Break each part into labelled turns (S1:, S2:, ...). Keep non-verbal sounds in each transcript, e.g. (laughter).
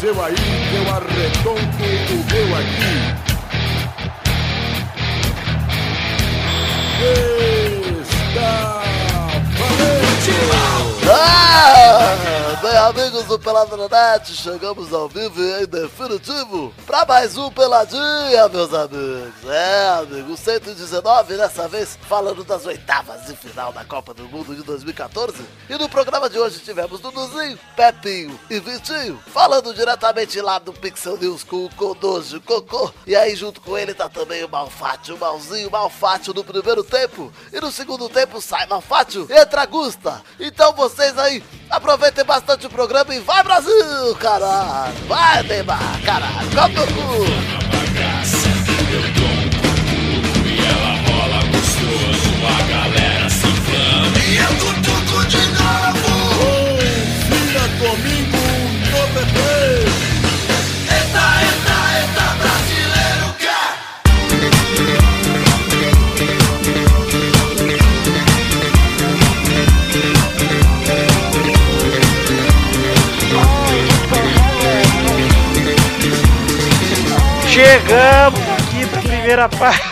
S1: seu aí, eu arredonto o meu aqui. Está valente!
S2: Ah, bem, amigos do Peladronete, chegamos ao vivo e em definitivo pra mais um Peladinha, meus amigos. É, amigo, 119, dessa vez falando das oitavas de final da Copa do Mundo de 2014. E no programa de hoje tivemos Duduzinho, Pepinho e Vitinho falando diretamente lá do Pixel News com o Codojo Cocô. E aí, junto com ele, tá também o Malfátio, o Malzinho, o Malfátio no primeiro tempo. E no segundo tempo sai Malfátio, entra Gusta. Então vocês aí, aproveitem bastante o programa e vai Brasil, caralho! Vai Neymar, caralho! Qual teu cu?
S1: Confira comigo um no bebê!
S3: Chegamos aqui pra primeira parte.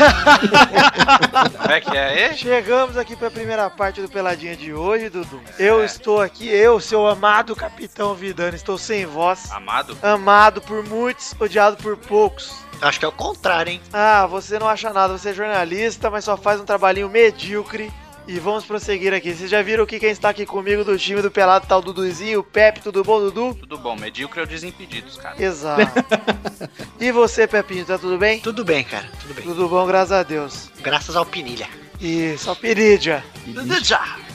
S4: Como é que é?
S3: (laughs)
S4: E?
S3: Chegamos aqui pra primeira parte do Peladinha de hoje, Dudu. Eu estou aqui, eu, seu amado Capitão Vidano, estou sem voz.
S4: Amado?
S3: Amado por muitos, odiado por poucos.
S5: Acho que é o contrário, hein?
S3: Ah, você não acha nada, você é jornalista, mas só faz um trabalhinho medíocre. E vamos prosseguir aqui. Vocês já viram que quem está aqui comigo do time do Pelado tá o Duduzinho, o Pepe, tudo bom, Dudu?
S4: Tudo bom, medíocre é o desimpedidos, cara.
S3: Exato. e você, Pepinho, tá tudo bem?
S5: Tudo bem, cara. Tudo bem.
S3: Tudo bom, graças a Deus.
S5: Graças ao Pinilha.
S3: Isso, a Pirídia.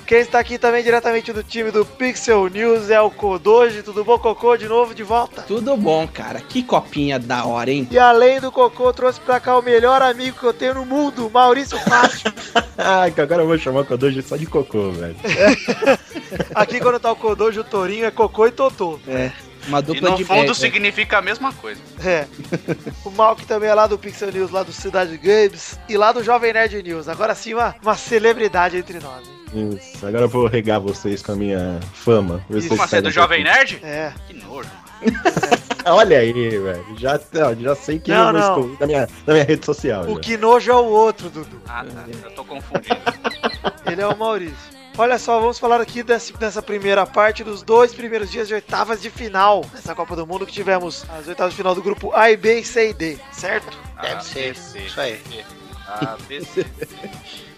S3: Quem está aqui também diretamente do time do Pixel News é o Kodoji. Tudo bom, Cocô? De novo, de volta.
S6: Tudo bom, cara. Que copinha da hora, hein?
S3: E além do Cocô, trouxe pra cá o melhor amigo que eu tenho no mundo, Maurício Fátio.
S7: (laughs) Ah, que agora eu vou chamar o Kodoji só de cocô, velho.
S3: (laughs) aqui quando tá o Kodoji, o Torinho é Cocô e Totô.
S6: É. Uma
S4: E
S6: dupla
S4: no
S6: de né?
S4: fundo
S6: merda.
S4: significa a mesma coisa.
S3: É. O Malk também é lá do Pixel News, lá do Cidade Games e lá do Jovem Nerd News. Agora sim, uma, uma celebridade entre nós. hein?
S7: Isso, agora eu vou regar vocês com a minha fama. Vocês
S4: Como assim, é
S7: sabem
S4: do
S7: um
S4: Jovem
S7: pouquinho.
S4: Nerd?
S3: É.
S4: Que nojo.
S7: Ah, Olha aí, velho. Já, ó, já sei quem
S3: Não,
S7: eu vou
S3: não.
S7: escolher na minha, na minha rede social.
S3: O
S7: já.
S3: que nojo é o outro, Dudu.
S4: Ah, tá. Eu tô confundindo.
S3: Ele é o Maurício. Olha só, vamos falar aqui desse- dessa primeira parte dos dois primeiros dias de oitavas de final dessa Copa do Mundo que tivemos as oitavas de final do grupo A e B e C e D, certo?
S5: Deve ser. Isso aí.
S4: Ah, BC.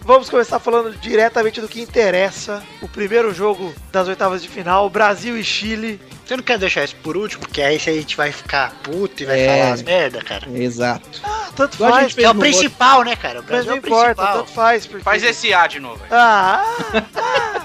S3: Vamos começar falando diretamente do que interessa. O primeiro jogo das oitavas de final, Brasil e Chile.
S5: Você não quer deixar isso por último? Porque aí se a gente vai ficar puto e vai
S6: É.
S5: falar as merda, cara.
S6: Exato.
S3: Ah, tanto
S6: Igual a
S3: faz,
S6: gente
S5: É
S6: fez
S5: o
S6: no
S5: principal, né, cara? O
S3: mas
S5: Brasil
S3: não
S5: é o
S3: importa,
S5: principal.
S3: tanto faz. Porque...
S4: Faz esse A de novo. aí.
S3: Ah,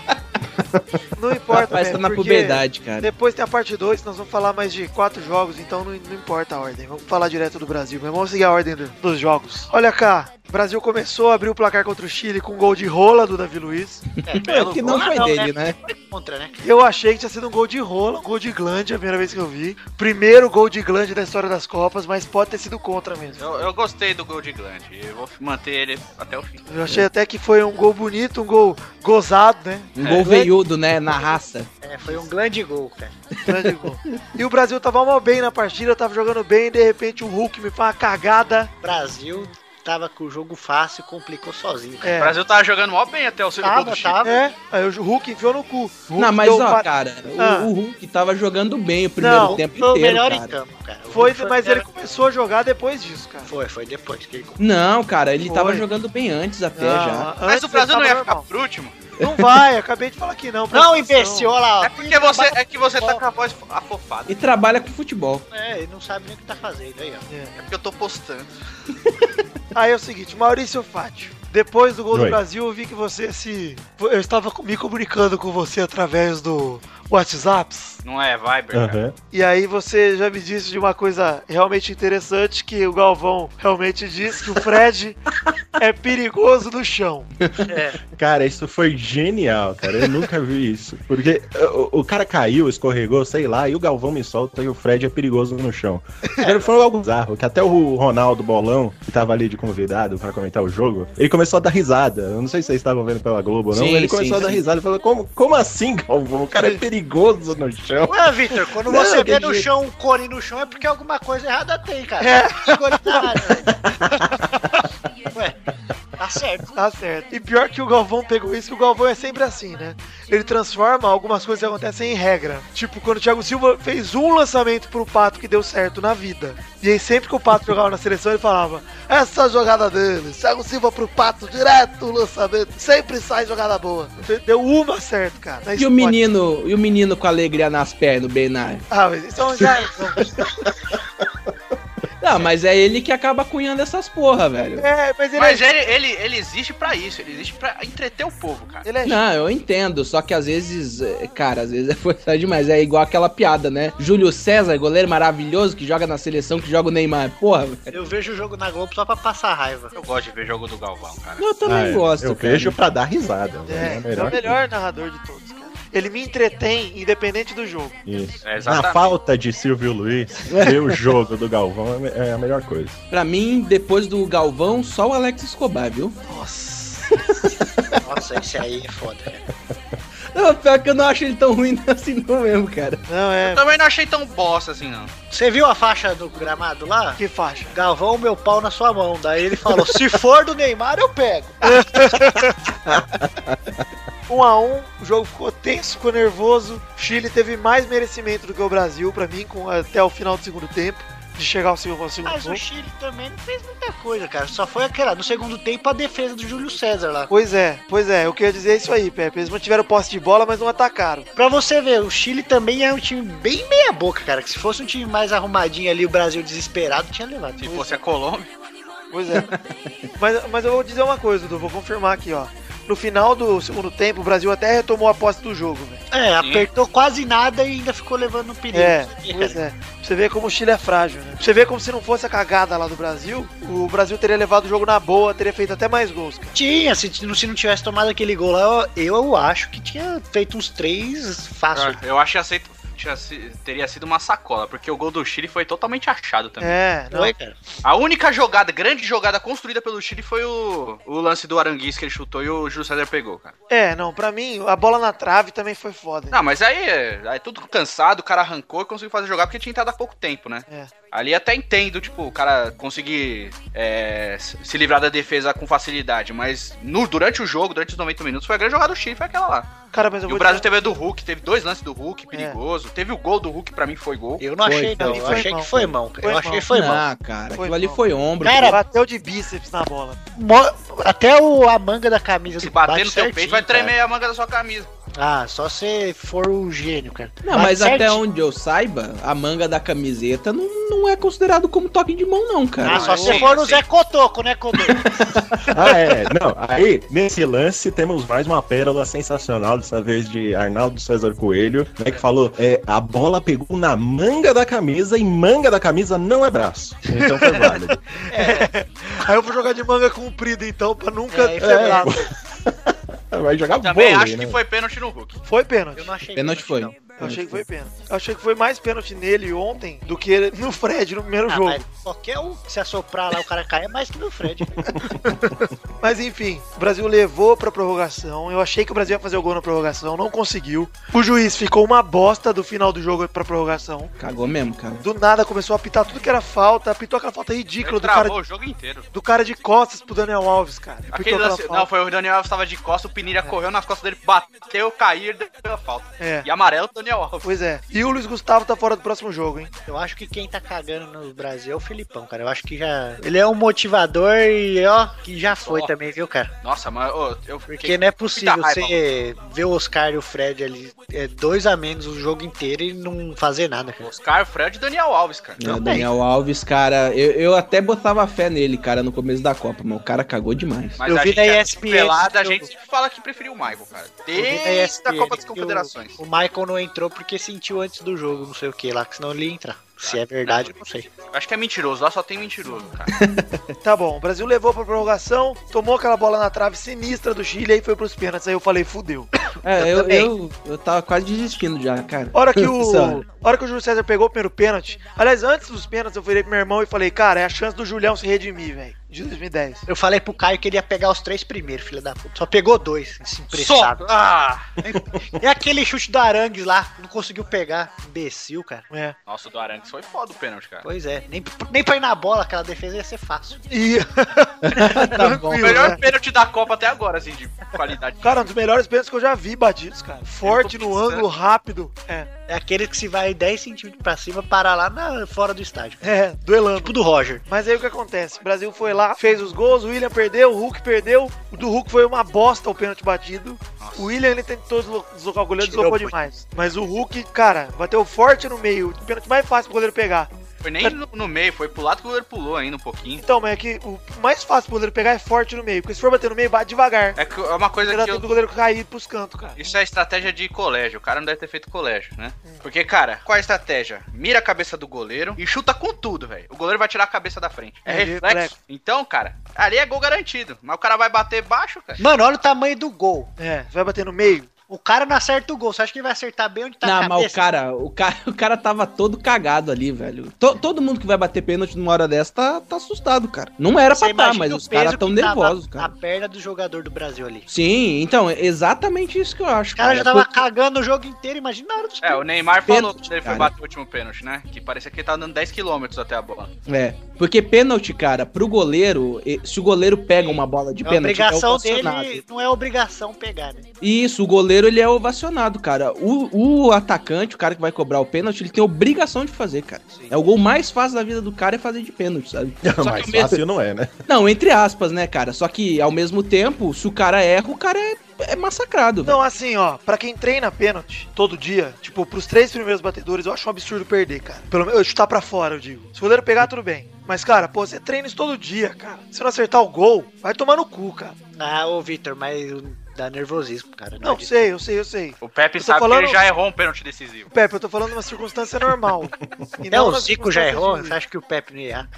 S3: ah, ah. Não importa,
S6: Rapaz, tá
S3: velho,
S6: na
S3: porque
S6: puberdade, cara.
S3: Depois tem a parte 2, nós vamos falar mais de quatro jogos, então não, não importa a ordem. Vamos falar direto do Brasil, mas vamos seguir a ordem do- dos jogos. Olha cá, o Brasil começou a abrir o placar contra o Chile com um gol de rola do Davi Luiz.
S5: (laughs) É,
S6: É, que não
S5: Ah,
S6: foi dele, né?
S5: Foi contra, né?
S3: Eu achei que tinha sido um gol de rola, um gol de glande, a primeira vez que eu vi. Primeiro gol de glande da história das Copas, mas pode ter sido contra mesmo.
S4: Eu, eu gostei do gol de Glant. Eu vou manter ele até o fim.
S3: Eu achei até que foi um gol bonito, um gol gozado, né?
S6: Um gol veiudo, né? Na raça.
S5: É, foi um grande gol, cara.
S3: Grande gol. E o Brasil tava mal bem na partida, tava jogando bem, de repente o Hulk me faz uma cagada.
S5: O Brasil tava com o jogo fácil e complicou sozinho, cara.
S3: É.
S4: O Brasil tava jogando mó bem até o segundo gol
S5: Tava,
S4: do Chile.
S5: tava.
S3: É, aí o Hulk enfiou no cu. Hulk
S6: não, mas
S3: deu
S6: ó,
S3: pa-
S6: cara, o-
S3: Ah.
S6: o, Hulk tava jogando bem o primeiro
S3: Não,
S6: tempo
S5: Foi o
S6: inteiro,
S5: melhor em
S3: então.
S6: cara.
S5: campo, É, cara. O
S3: Foi,
S5: Hulk
S3: mas
S5: melhor-
S3: ele começou a jogar depois disso, cara.
S5: Foi, foi depois que ele...
S6: Não, cara, ele tava
S3: Foi. Ah.
S6: jogando bem antes até já.
S3: Não,
S4: Mas
S3: antes
S4: o Brasil
S3: ele
S4: não ia
S3: tava
S4: ficar
S3: normal.
S4: por último?
S3: Não vai, acabei de falar que não. presta
S5: Não,
S3: atenção.
S5: imbecil, olha lá.
S4: É
S5: ó.
S4: porque você, é que você tá com a voz afofada.
S6: E trabalha com futebol.
S5: É, ele não sabe nem o que tá fazendo aí, ó.
S4: É porque eu tô postando.
S3: Aí é o seguinte, Maurício Fátio. Depois do gol do
S7: Oi.
S3: Brasil, eu vi que você se. Eu estava me comunicando com você através do WhatsApp.
S4: Não é Viber, cara.
S7: Aham.
S3: E aí você já me disse de uma coisa realmente interessante que o Galvão realmente disse que o
S6: (laughs)
S3: Fred é perigoso no chão.
S7: Cara, isso foi genial, cara. Eu nunca vi isso. Porque o, o cara caiu, escorregou, sei lá, e o Galvão me solta e o Fred é perigoso no chão. Cara, foi algo bizarro, que até o Ronaldo Bolão, que tava ali de convidado pra comentar o jogo, ele começou a dar risada. Eu não sei se vocês estavam vendo pela Globo ou não.
S6: Sim,
S7: mas ele começou
S6: sim,
S7: a dar
S6: sim.
S7: risada e falou: como, como assim, Galvão? O cara é perigoso no chão.
S5: Ué, Vitor, quando
S7: Não,
S5: você vê
S7: que
S5: no
S7: jeito.
S5: chão um cone no chão é porque alguma coisa errada tem, cara.
S3: É.
S5: Que cone tá errado. (laughs) Ué, tá certo.
S3: Tá certo. E pior que o Galvão pegou isso, que o Galvão é sempre assim, né? Ele transforma algumas coisas que acontecem em regra. Tipo, quando o Thiago Silva fez um lançamento pro Pato que deu certo na vida. E aí, sempre que o Pato jogava na seleção, ele falava: Essa jogada dele, Thiago Silva pro Pato, direto o lançamento. Sempre sai jogada boa. Deu uma certo, cara. Na
S6: E o
S3: Spot.
S6: menino, e o menino com alegria nas pernas, o Bernard?
S3: Ah, mas isso é
S6: (laughs)
S3: um já.
S6: Não, mas é ele que acaba cunhando essas porra, velho.
S3: É, mas ele
S4: Mas
S3: é.
S4: ele, ele, ele existe pra isso, ele existe pra entreter o povo, cara.
S3: Ele é
S6: Não, eu entendo, só que às vezes, é, cara, às vezes é (laughs) forçado demais. É igual aquela piada, né? Júlio César, goleiro maravilhoso que joga na seleção, que joga o Neymar. Porra, velho.
S5: Eu vejo o jogo na Globo só pra passar raiva.
S4: Eu gosto de ver jogo do Galvão, cara.
S6: Eu também
S7: Ah, é.
S6: gosto.
S7: Eu
S6: cara.
S7: vejo pra dar risada.
S3: É,
S7: né?
S3: é o melhor narrador de todos, cara. Ele me entretém, independente do jogo.
S7: que isso.
S4: É, exatamente.
S7: Na falta de Silvio Luiz, ver o jogo do Galvão é me- é a melhor coisa.
S6: Pra mim, depois do Galvão, só o Alex Escobar, viu?
S3: Nossa.
S5: Nossa, esse aí é foda. cara.
S6: Não, pior que eu não acho ele tão ruim (laughs) assim não mesmo, cara.
S3: Não, é.
S4: Também não achei tão bosta assim, não.
S5: Você viu a faixa do gramado lá?
S3: Que faixa.
S5: Galvão, meu pau na sua mão. Daí ele falou: se for do Neymar, eu pego.
S3: 1 a 1 o jogo ficou tenso, ficou nervoso. O Chile teve mais merecimento do que o Brasil, pra mim, com, até o final do segundo tempo, de chegar ao segundo, ao segundo
S5: Mas o
S3: gol.
S5: Chile também não fez muita coisa, cara. Só foi aquela, no segundo tempo, a defesa do Júlio César lá.
S3: Pois é, pois é, eu queria dizer isso aí, Pepe. Eles mantiveram posse de bola, mas não atacaram.
S5: Pra você ver, o Chile também é um time bem meia boca, cara. Que se fosse um time mais arrumadinho ali, o Brasil desesperado tinha levado.
S4: Se fosse a Colômbia,
S3: Pois (laughs) é. mas, mas eu vou dizer uma coisa, Dudu, vou confirmar aqui, ó. No final do segundo tempo, o Brasil até retomou a posse do jogo, velho.
S5: É, apertou quase nada e ainda ficou levando um perigo.
S3: É, pois é. Pra você ver como o Chile é frágil, né? Pra você ver como se não fosse a cagada lá do Brasil, o Brasil teria levado o jogo na boa, teria feito até mais gols, cara.
S5: Tinha, se, t- se não tivesse tomado aquele gol lá, eu, eu acho que tinha feito uns três fácil.
S4: eu (laughs) acho que aceito- tinha si- teria sido uma sacola, porque o gol do Chile foi totalmente achado também.
S3: É, não,
S5: Não é, cara?
S4: A única jogada, grande jogada construída pelo Chile foi o, o lance do Aranguiz que ele chutou e o Júlio César pegou, cara.
S3: É, não, pra mim, a bola na trave também foi foda.
S4: Não, mas aí, é- aí tudo cansado, o cara arrancou e conseguiu fazer jogar porque tinha entrado há pouco tempo, né?
S3: É.
S4: Ali até entendo, tipo, o cara conseguir é, s- se livrar da defesa com facilidade, mas no- durante o jogo, durante os 90 minutos, foi a grande jogada do Chile, foi aquela lá.
S3: Cara, mas eu
S4: E
S3: vou É.
S4: o Brasil
S3: dizer-
S4: teve a do Hulk, teve dois lances do Hulk, perigoso. Teve o gol do Hulk, pra mim foi gol.
S5: Eu não
S6: Foi, então,
S5: achei, não.
S6: foi,
S5: Eu
S3: foi
S5: achei
S3: mal.
S5: que foi mão. cara.
S3: Foi
S5: Eu achei
S3: mal.
S5: que foi mão.
S6: ah,
S3: Foi
S6: cara, aquilo ali
S3: mal.
S6: foi ombro.
S5: Cara,
S3: bateu de bíceps na bola.
S5: Mo- Até o, a manga da camisa
S4: Se
S5: do
S4: bater no seu
S5: certinho,
S4: peito, vai
S5: cara.
S4: tremer a manga da sua camisa.
S5: Ah, só se for um gênio, cara.
S6: Não,
S5: Bate
S6: mas até
S5: certinho.
S6: onde eu saiba, a manga da camiseta não, não é considerado como toque de mão, não, cara.
S5: Ah, só se
S4: sim,
S5: for o
S4: sim.
S5: Zé Cotoco, né, Codô?
S7: Ah, é. Não, aí, nesse lance, temos mais uma pérola sensacional, dessa vez de Arnaldo César Coelho, né, que falou: é, a bola pegou na manga da camisa e manga da camisa não é braço. Então foi válido.
S3: (laughs) Aí eu vou jogar de manga comprida, então, pra nunca.
S5: É,
S3: ter
S5: é.
S3: dado.
S7: (laughs) Vai jogar
S4: Também
S7: vôlei,
S4: acho
S7: né?
S4: que foi pênalti no Hulk.
S3: Foi pênalti.
S5: Eu não achei.
S6: Pênalti foi. É,
S5: não.
S3: Eu achei que foi pênalti. Eu achei que foi mais pênalti nele ontem do que ele- no Fred no primeiro
S5: Ah,
S3: jogo.
S5: mas qualquer um que se assoprar lá, o cara cai, é mais que no Fred.
S3: Mas enfim, o Brasil levou pra prorrogação. Eu achei que o Brasil ia fazer o gol na prorrogação, não conseguiu. O juiz ficou uma bosta do final do jogo pra prorrogação.
S6: Cagou mesmo, cara.
S3: Do nada começou a apitar tudo que era falta, apitou aquela falta ridícula
S4: Ele
S3: do cara,
S4: travou o jogo inteiro.
S3: do cara de costas pro Daniel Alves, cara. Apitou
S4: Aquele
S3: aquela
S4: lance,
S3: falta.
S4: não, foi o Daniel Alves tava de costas, o
S5: É.
S4: Pinilha correu nas costas dele, bateu, caiu e deu a falta.
S3: É.
S4: E amarelo, Daniel Alves.
S3: Pois é. E o Luiz Gustavo tá fora do próximo jogo, hein?
S5: Eu acho que quem tá cagando no Brasil é o Filipão, cara. Eu acho que já. Ele é um motivador e, ó, que já foi
S4: Ó.
S5: também, viu, cara?
S4: Nossa, mas ô, eu fiquei...
S5: Porque não é possível
S4: Muita raiva.
S5: você ver o Oscar e o Fred ali, é, dois a menos o jogo inteiro e não fazer nada, cara.
S4: Oscar, Fred e Daniel Alves, cara.
S6: É, o Daniel Alves, cara, eu, eu até botava fé nele, cara, no começo da Copa, mas o cara cagou demais.
S4: Mas
S5: Eu
S4: a
S5: vi
S4: gente
S5: na
S4: é
S5: ESPN
S4: pelada, a
S5: esse
S4: gente
S5: jogo.
S4: sempre fala que preferiu o Michael, cara.
S5: Eu vi na
S4: Desde a
S5: ESPN
S4: Copa das
S5: que
S4: Confederações.
S5: O, o Michael não entrou porque sentiu antes do jogo, não sei o que lá, que senão ele ia entrar.
S4: Ah,
S5: Se é verdade, eu não sei.
S4: Eu Acho que é mentiroso, lá só tem mentiroso, cara.
S3: Tá bom, o Brasil levou pra prorrogação, tomou aquela bola na trave sinistra do Chile e foi pros pênaltis. Aí eu falei, fudeu.
S6: É, eu,
S5: também.
S6: eu, eu tava quase desistindo já, cara.
S3: Hora
S6: (laughs)
S3: que o.
S6: Sério.
S3: hora que o Júlio César pegou o primeiro pênalti. Aliás, antes dos pênaltis, eu virei pro meu irmão e falei, cara, é a chance do Julião se redimir, velho. de 2010.
S5: Eu falei pro Caio que ele ia pegar os três primeiros, filho da puta. Só pegou dois, esse
S4: Só!
S5: emprestado.
S4: Ah!
S5: E aquele chute do Arangues lá, não conseguiu pegar. Imbecil, cara.
S3: É.
S4: Nossa, o do Arangues foi foda o pênalti, cara.
S5: Pois é, nem, nem pra ir na bola, aquela defesa ia ser fácil.
S3: E (laughs)
S6: tá bom.
S4: O
S3: Tranquilo.
S4: melhor
S3: né?
S4: pênalti da Copa até agora, assim, de qualidade.
S3: Cara, um dos melhores pênaltis que eu já vi batidos, cara. Forte
S4: Eu tô
S3: no
S4: pensando.
S3: ângulo, rápido. É,
S5: É aquele que se vai 10 centímetros pra cima, parar lá na, fora do estádio.
S3: é, duelando.
S5: Tipo do Roger.
S3: Mas aí o que acontece? O Brasil foi lá, fez os gols, o William perdeu, o Hulk perdeu. O do Hulk foi uma bosta o pênalti batido. O William ele tentou deslo- deslocar o goleiro,
S5: Tirou
S3: deslocou
S5: muito.
S3: demais. Mas o Hulk, cara, bateu forte no meio. O pênalti mais fácil pro goleiro pegar.
S4: Foi nem no, no meio, foi pro lado que o goleiro pulou ainda um pouquinho.
S3: Então, mas é que o mais fácil pro goleiro pegar é forte no meio. Porque se for bater no meio, bate devagar.
S4: É que- é uma coisa
S3: Era
S4: que eu
S3: tempo do goleiro cair pros cantos, cara.
S4: Isso é estratégia de colégio. O cara não deve ter feito colégio, né? Porque, cara, qual é a estratégia? Mira a cabeça do goleiro e chuta com tudo, velho. O goleiro vai tirar a cabeça da frente. É,
S3: É
S4: reflexo.
S3: reflexo.
S4: Então, cara, ali é gol garantido. Mas o cara vai bater baixo, cara.
S5: Mano, olha o tamanho do gol.
S3: É, você vai bater no meio.
S5: O cara não acerta o gol. Você acha que ele vai acertar bem onde tá a
S6: Não, mas o
S5: cabeça?
S6: cara, o cara, (laughs) o cara tava todo cagado ali, velho. To- todo mundo que vai bater pênalti numa hora dessa tá, tá assustado, cara. Não era pra estar,
S5: imagina
S6: mas
S5: o
S6: os
S5: peso
S6: caras tão
S5: que tava
S6: nervosos,
S5: A
S6: cara.
S5: perna do jogador do Brasil ali.
S6: Sim, então, é exatamente isso que eu acho,
S5: O cara
S6: cara.
S5: já tava
S6: Foi-
S5: cagando o jogo inteiro, imagina na hora dos
S4: É, o Neymar falou
S6: Pênalti,
S4: quando ele foi
S6: cara.
S4: bater o último pênalti, né? Que parecia que ele tava dando 10km até a bola.
S6: É, porque pênalti, cara, pro goleiro, e- se o goleiro pega uma bola de
S5: É
S6: pênalti,
S5: obrigação
S6: ovacionado.
S5: dele, não é obrigação pegar, né?
S6: Isso, o goleiro, ele é ovacionado, cara. O, o atacante, o cara que vai cobrar o pênalti, ele tem obrigação de fazer, cara. É o gol mais fácil da vida do cara é fazer de pênalti, sabe?
S7: Não,
S6: Só
S7: mais
S6: que mesmo-
S7: fácil não é, né?
S6: Não, entre aspas, né, cara? Só que, ao mesmo tempo, se o cara erra, o cara é, é massacrado, velho.
S3: Não, assim, ó, pra quem treina pênalti todo dia, tipo, pros três primeiros batedores, eu acho um absurdo perder, cara. Pelo menos eu chutar pra fora, eu digo. Se o goleiro pegar, tudo bem. Mas, cara, pô, você treina isso todo dia, cara. Se não acertar o gol, vai tomar no cu, cara.
S5: Ah, ô Vitor, mas dá nervosismo, cara.
S3: Não,
S5: adianta.
S3: sei, eu sei, eu sei.
S4: O Pepe
S3: Eu tô
S4: sabe
S3: falando-
S4: que ele já errou um pênalti decisivo.
S3: Pepe, eu tô falando de uma circunstância
S5: (laughs)
S3: normal. E
S5: Até
S3: não
S5: É, o
S3: uma
S5: Zico
S6: tá
S5: já errou, né? você
S3: circunstância
S5: acha que o Pepe não ia?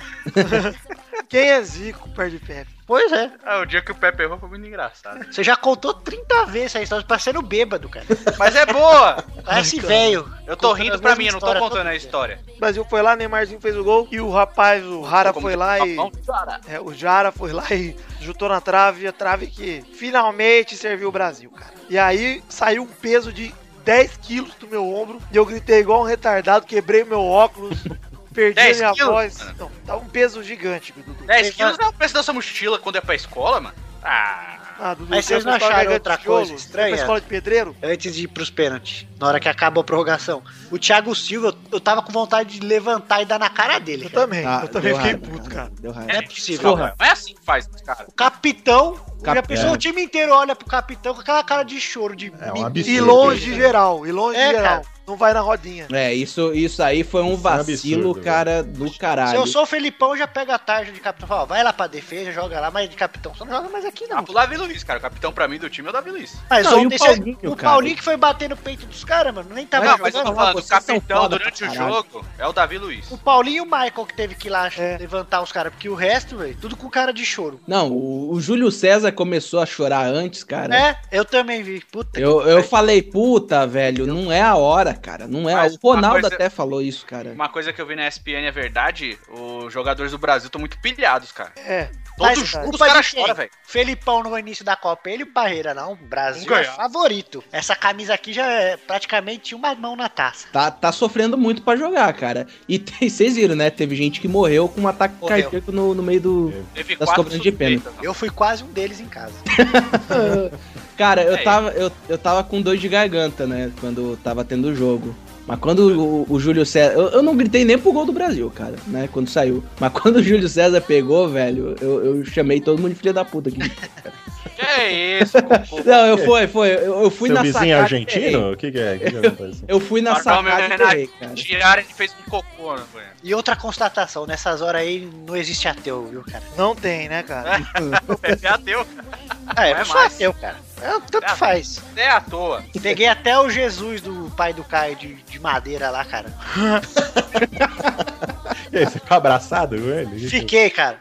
S3: de- Quem é Zico perde Pepe?
S5: Pois é.
S4: Ah, o dia que o Pepe errou foi muito engraçado.
S5: Você já contou 30 vezes essa história parecendo bêbado, cara.
S4: (laughs) Mas é boa!
S5: Parece velho.
S4: Eu tô
S5: Contando
S4: rindo
S5: a
S4: pra
S5: mesma
S4: mim, eu não tô
S5: história
S4: contando
S5: todo
S4: a
S5: dia.
S4: história.
S3: O Brasil foi lá, Neymarzinho fez o gol e o rapaz, o Rara,
S4: Como
S3: foi
S4: tá diz o
S3: lá e.
S4: Japão, cara.
S3: É, o Jara foi lá e juntou na trave, a trave que finalmente serviu o Brasil, cara. E aí saiu um peso de 10 quilos do meu ombro e eu gritei igual um retardado, quebrei meu
S4: (laughs)
S3: óculos, perdi a
S4: 10
S3: minha
S4: quilos?
S3: voz. Não, tá um peso gigante, Dudu.
S4: 10 quilos é o preço da sua mochila quando é pra escola, mano? Ah.
S3: Ah, Dudu,
S5: Mas vocês
S3: eu
S5: não
S3: fui pra
S5: acharam
S3: garganta de
S5: outra
S3: tijolo,
S5: coisa estranha?
S3: Pra escola de pedreiro?
S5: Antes de ir pros pênaltis, na hora que acabou a prorrogação. O Thiago Silva, eu- eu tava com vontade de levantar e dar na cara dele.
S3: Eu
S5: Cara.
S3: também,
S6: Ah,
S3: eu também
S6: deu
S3: fiquei
S6: raiva,
S3: puto, cara.
S6: Deu raiva.
S5: Não é possível.
S6: Porra.
S4: Não é assim que faz, cara.
S5: O capitão, já
S6: Cap-
S5: pensou
S7: é.
S5: o time inteiro olha pro capitão com aquela cara de choro, de
S7: É um
S5: menino.
S7: absurdo.
S3: E longe de geral, e longe
S5: É,
S3: de geral.
S5: cara.
S3: Não vai na rodinha.
S6: É, isso, isso aí foi um
S7: Isso é um
S6: vacilo,
S7: absurdo,
S6: cara, do
S5: Se
S6: caralho.
S3: é
S5: eu sou o Felipão, eu já pega a tarja de capitão e fala, ó, vai lá pra defesa, joga lá, mas de capitão, você não joga mais aqui
S4: Ah,
S5: não.
S4: pro Davi Luiz, cara. O capitão pra mim do time é o Davi Luiz.
S5: Mas
S6: Não, e
S5: ontem
S6: o
S5: cê-
S6: Paulinho,
S5: o
S6: cara?
S5: Paulinho que foi bater no peito dos caras, mano, nem tava
S4: Não,
S5: jogando.
S4: mas eu tô
S6: falar,
S4: falando, o
S6: vocês são
S4: capitão
S6: foda
S4: durante
S6: pra
S4: o
S6: caralho.
S4: jogo é o Davi Luiz.
S5: O Paulinho e o Michael que teve que ir lá
S3: É.
S5: levantar os caras, porque o resto, velho, tudo com cara de choro.
S6: Não, o, o Júlio César começou a chorar antes, cara.
S5: É, eu também vi. Puta
S6: Eu, eu falei, puta, velho, não é a hora, cara. Não é. a-
S4: Mas
S6: O Ronaldo
S4: uma coisa-
S6: até falou isso, cara.
S4: Uma coisa que eu vi na ESPN é verdade, os jogadores do Brasil estão muito pilhados, cara.
S3: É.
S4: Todo
S5: Mas
S4: jogo os
S5: culpa
S4: caras
S5: de quem?
S4: choram, velho.
S5: Felipão no início da Copa, ele e o Barreira, não. O Brasil
S4: Vamos
S5: é
S4: ganhar.
S5: favorito. Essa camisa aqui já é praticamente uma mão na taça.
S6: Tá, tá sofrendo muito pra jogar, cara. E (laughs) tem- vocês viram, né? Teve gente que morreu com um ataque
S5: Morreu.
S6: cardíaco no, no meio do.
S4: Teve
S6: Das
S4: quatro
S6: cobranças de
S4: suspeitas,
S5: Eu fui quase um deles em casa.
S6: Cara, eu
S4: É.
S6: tava, eu, eu tava com dor de garganta, né? Quando tava tendo o jogo. Mas quando o, o Júlio César. Eu, eu não gritei nem pro gol do Brasil, cara, né? Quando saiu. Mas quando o Júlio César pegou, velho, eu, eu chamei todo mundo de filha da puta aqui.
S4: Que é isso, Cocô?
S6: Não, eu fui, foi. Eu, eu fui
S7: Seu
S6: na
S7: vizinho é
S6: sacada e
S7: argentino? O que, que é? O que que acontece?
S6: Eu fui na
S4: Marcar o meu é
S6: sacada e peguei, cara.
S4: Renato. Tiraram e fez um cocô, né, velho?
S5: (laughs) E outra constatação, nessas horas aí não existe ateu, viu, cara?
S3: Não tem, né, cara?
S4: O Pepe é ateu. Não
S5: Ah, eu
S4: é
S5: não sou
S4: mais.
S5: ateu, cara. Eu- tanto
S4: Ah,
S5: faz.
S4: É à toa.
S5: Peguei até o Jesus do pai do Caio de, de madeira lá, cara.
S7: E aí, você ficou é abraçado com ele?
S5: Fiquei, cara.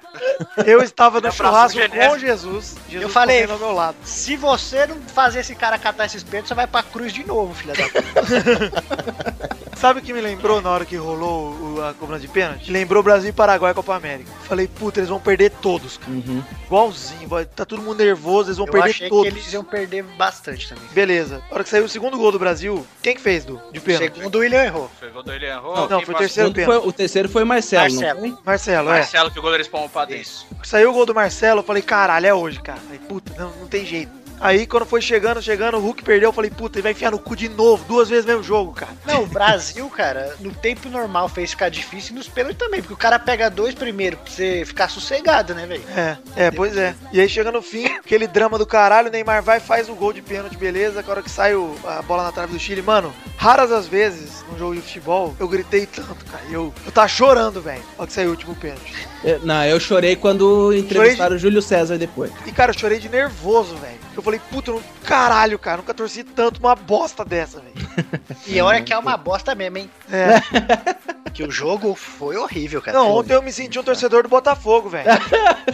S3: Eu estava no
S4: Abraço
S3: churrasco
S4: genérico.
S3: com Jesus. Jesus
S5: Um Eu falei-
S3: comendo ao meu lado. (laughs)
S5: Se você não fazer esse cara catar esses pênaltis, você vai pra cruz de novo, filha da puta.
S3: Sabe o que me lembrou na hora que rolou o- a cobrança de pênalti? Lembrou Brasil e Paraguai Copa América. Falei, puta, eles vão perder todos. cara.
S6: Uhum.
S3: Igualzinho, vai- tá todo mundo nervoso, eles vão
S5: Eu
S3: perder
S5: achei
S3: todos.
S5: que eles iam perder bastante também.
S3: Beleza. Na hora que saiu o segundo gol do Brasil, quem que fez, Du? De pênalti?
S5: Segundo o William errou.
S4: Foi gol do Elian Rô,
S3: Não, foi
S4: quem passou?
S3: terceiro.
S6: Segundo foi- o terceiro foi o Marcelo,
S5: Marcelo.
S6: não foi?
S3: Marcelo, é.
S4: Marcelo que o goleiro espalmou pra dentro.
S3: Saiu o gol do Marcelo, eu falei, caralho, é hoje, cara. Falei, puta, não, não tem jeito. Aí quando foi chegando, chegando, o Hulk perdeu, eu falei, puta, ele vai enfiar no cu de novo, duas vezes mesmo jogo, cara.
S5: Não, o Brasil, cara, no tempo normal fez ficar difícil e nos pênaltis também, porque o cara pega dois primeiro pra você ficar sossegado, né, velho?
S3: É, é, pois é. E aí chega no fim, aquele drama do caralho, o Neymar vai faz o gol de pênalti, beleza. Que a hora que sai o- a bola na trave do Chile, mano, raras as vezes num jogo de futebol eu gritei tanto, cara. Eu, eu tava chorando, velho. na hora que saiu o último pênalti.
S6: Eu- Não, eu chorei quando entrevistaram o Júlio César depois.
S3: E, cara, eu chorei de nervoso, velho. Eu falei, puta, eu não- caralho, cara, nunca torci tanto uma bosta dessa, velho.
S5: E olha que é uma bosta mesmo, hein?
S3: É.
S5: Que o jogo foi horrível, cara.
S3: Não,
S5: Foi
S3: ontem eu me senti um torcedor do Botafogo, (laughs) velho.